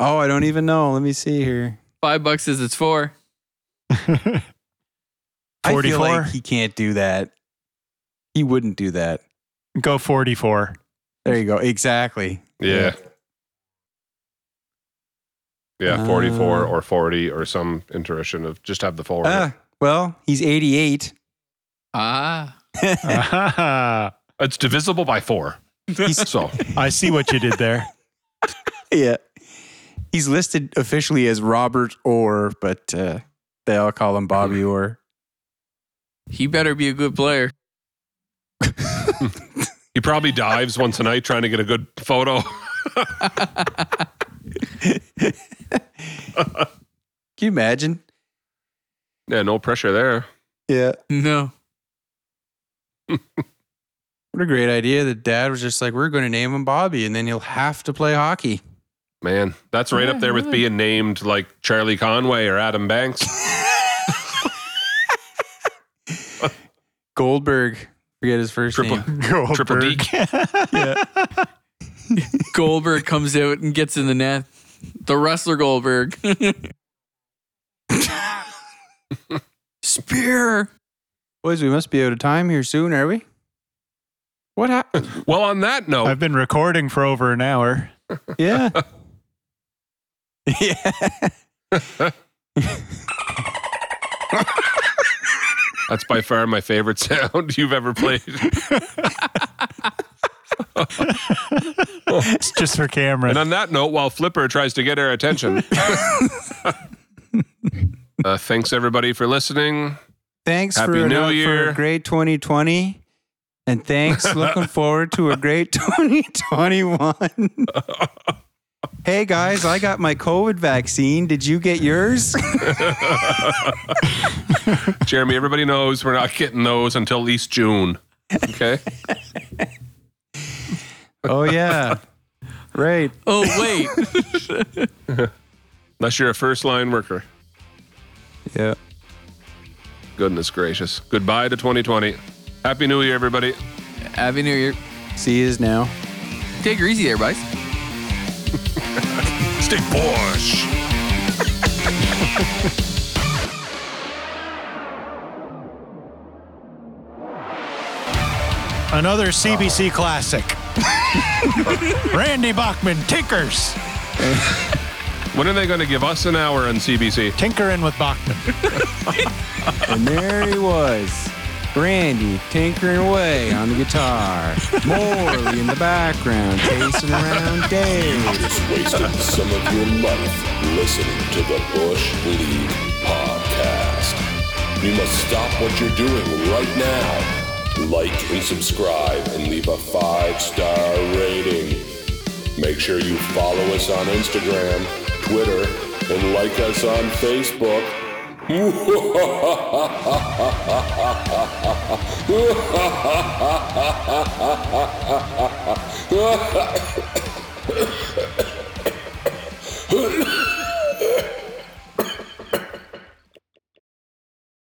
[SPEAKER 5] Oh, I don't even know. Let me see here.
[SPEAKER 3] Five bucks is it's four.
[SPEAKER 5] I feel
[SPEAKER 4] 44?
[SPEAKER 5] like he can't do that. He wouldn't do that.
[SPEAKER 4] Go [LAUGHS]
[SPEAKER 5] [LAUGHS]
[SPEAKER 4] 44.
[SPEAKER 5] There you go. Exactly.
[SPEAKER 2] Yeah. Yeah, 44
[SPEAKER 5] Uh.
[SPEAKER 2] or 40 or some iteration of just have the four. in it.
[SPEAKER 5] Ah, well, he's 88.
[SPEAKER 3] Ah.
[SPEAKER 4] Ah,
[SPEAKER 2] It's divisible by four. so
[SPEAKER 4] I see what you did there.
[SPEAKER 5] Yeah. He's listed officially as Robert Orr, but uh, they all call him [LAUGHS] Bobby Orr.
[SPEAKER 3] He better be a good player.
[SPEAKER 2] he probably dives once a night trying to get a good photo.
[SPEAKER 5] Can you imagine?
[SPEAKER 2] Yeah, no pressure there.
[SPEAKER 5] Yeah.
[SPEAKER 3] No.
[SPEAKER 5] What a great idea. The dad was just like, we're going to name him Bobby, and then he'll have to play hockey.
[SPEAKER 2] Man, that's right up there with being named like Charlie Conway or Adam [LAUGHS] Banks.
[SPEAKER 5] Goldberg, forget his first
[SPEAKER 2] Triple-
[SPEAKER 5] name.
[SPEAKER 2] Triple D.
[SPEAKER 3] Goldberg comes out and gets in the net. The wrestler Goldberg. [LAUGHS] Spear.
[SPEAKER 5] Boys, we must be out of time here soon, are we?
[SPEAKER 2] [LAUGHS]
[SPEAKER 5] What happened?
[SPEAKER 2] Well, on that
[SPEAKER 5] Oh.
[SPEAKER 2] note,
[SPEAKER 4] I've been recording for over an hour.
[SPEAKER 5] yeah. yeah.
[SPEAKER 2] that's by far my favorite [LAUGHS] sound you've ever played.
[SPEAKER 4] It's just for camera.
[SPEAKER 2] and on that note, while Flipper tries to get our [LAUGHS] attention, uh, thanks everybody for listening.
[SPEAKER 5] Thanks
[SPEAKER 2] Happy
[SPEAKER 5] for,
[SPEAKER 2] New
[SPEAKER 5] another- for
[SPEAKER 2] Year.
[SPEAKER 5] a great 2020. And
[SPEAKER 2] [LAUGHS]
[SPEAKER 5] thanks. Looking forward to a great 2021.
[SPEAKER 2] [LAUGHS]
[SPEAKER 5] hey, guys, I got my COVID vaccine. Did you
[SPEAKER 2] [LAUGHS]
[SPEAKER 5] get yours?
[SPEAKER 2] Jeremy, everybody knows we're not getting those until at least June. Okay. [LAUGHS]
[SPEAKER 5] oh, yeah. Right.
[SPEAKER 3] Oh wait.
[SPEAKER 2] Unless you're a first line worker.
[SPEAKER 5] Yeah.
[SPEAKER 2] Goodness gracious. Goodbye to 2020. Happy New Year, everybody.
[SPEAKER 3] Happy New Year.
[SPEAKER 5] See yous now.
[SPEAKER 3] Take her easy there, boys.
[SPEAKER 2] Stay Bosch.
[SPEAKER 4] Another CBC classic. [LAUGHS] Randy Bachman tinkers.
[SPEAKER 2] When are they going to give us an hour on CBC?
[SPEAKER 4] Tinkering with Bachman.
[SPEAKER 5] And there he was, Randy tinkering away on the guitar. Morley in the background, chasing around Dave.
[SPEAKER 1] Just wasted some of your month listening to the Bush League podcast. You must stop what you're doing right now. Like and subscribe and leave a five star rating. Make sure you follow us on Instagram, Twitter, and like us on [LAUGHS] Facebook.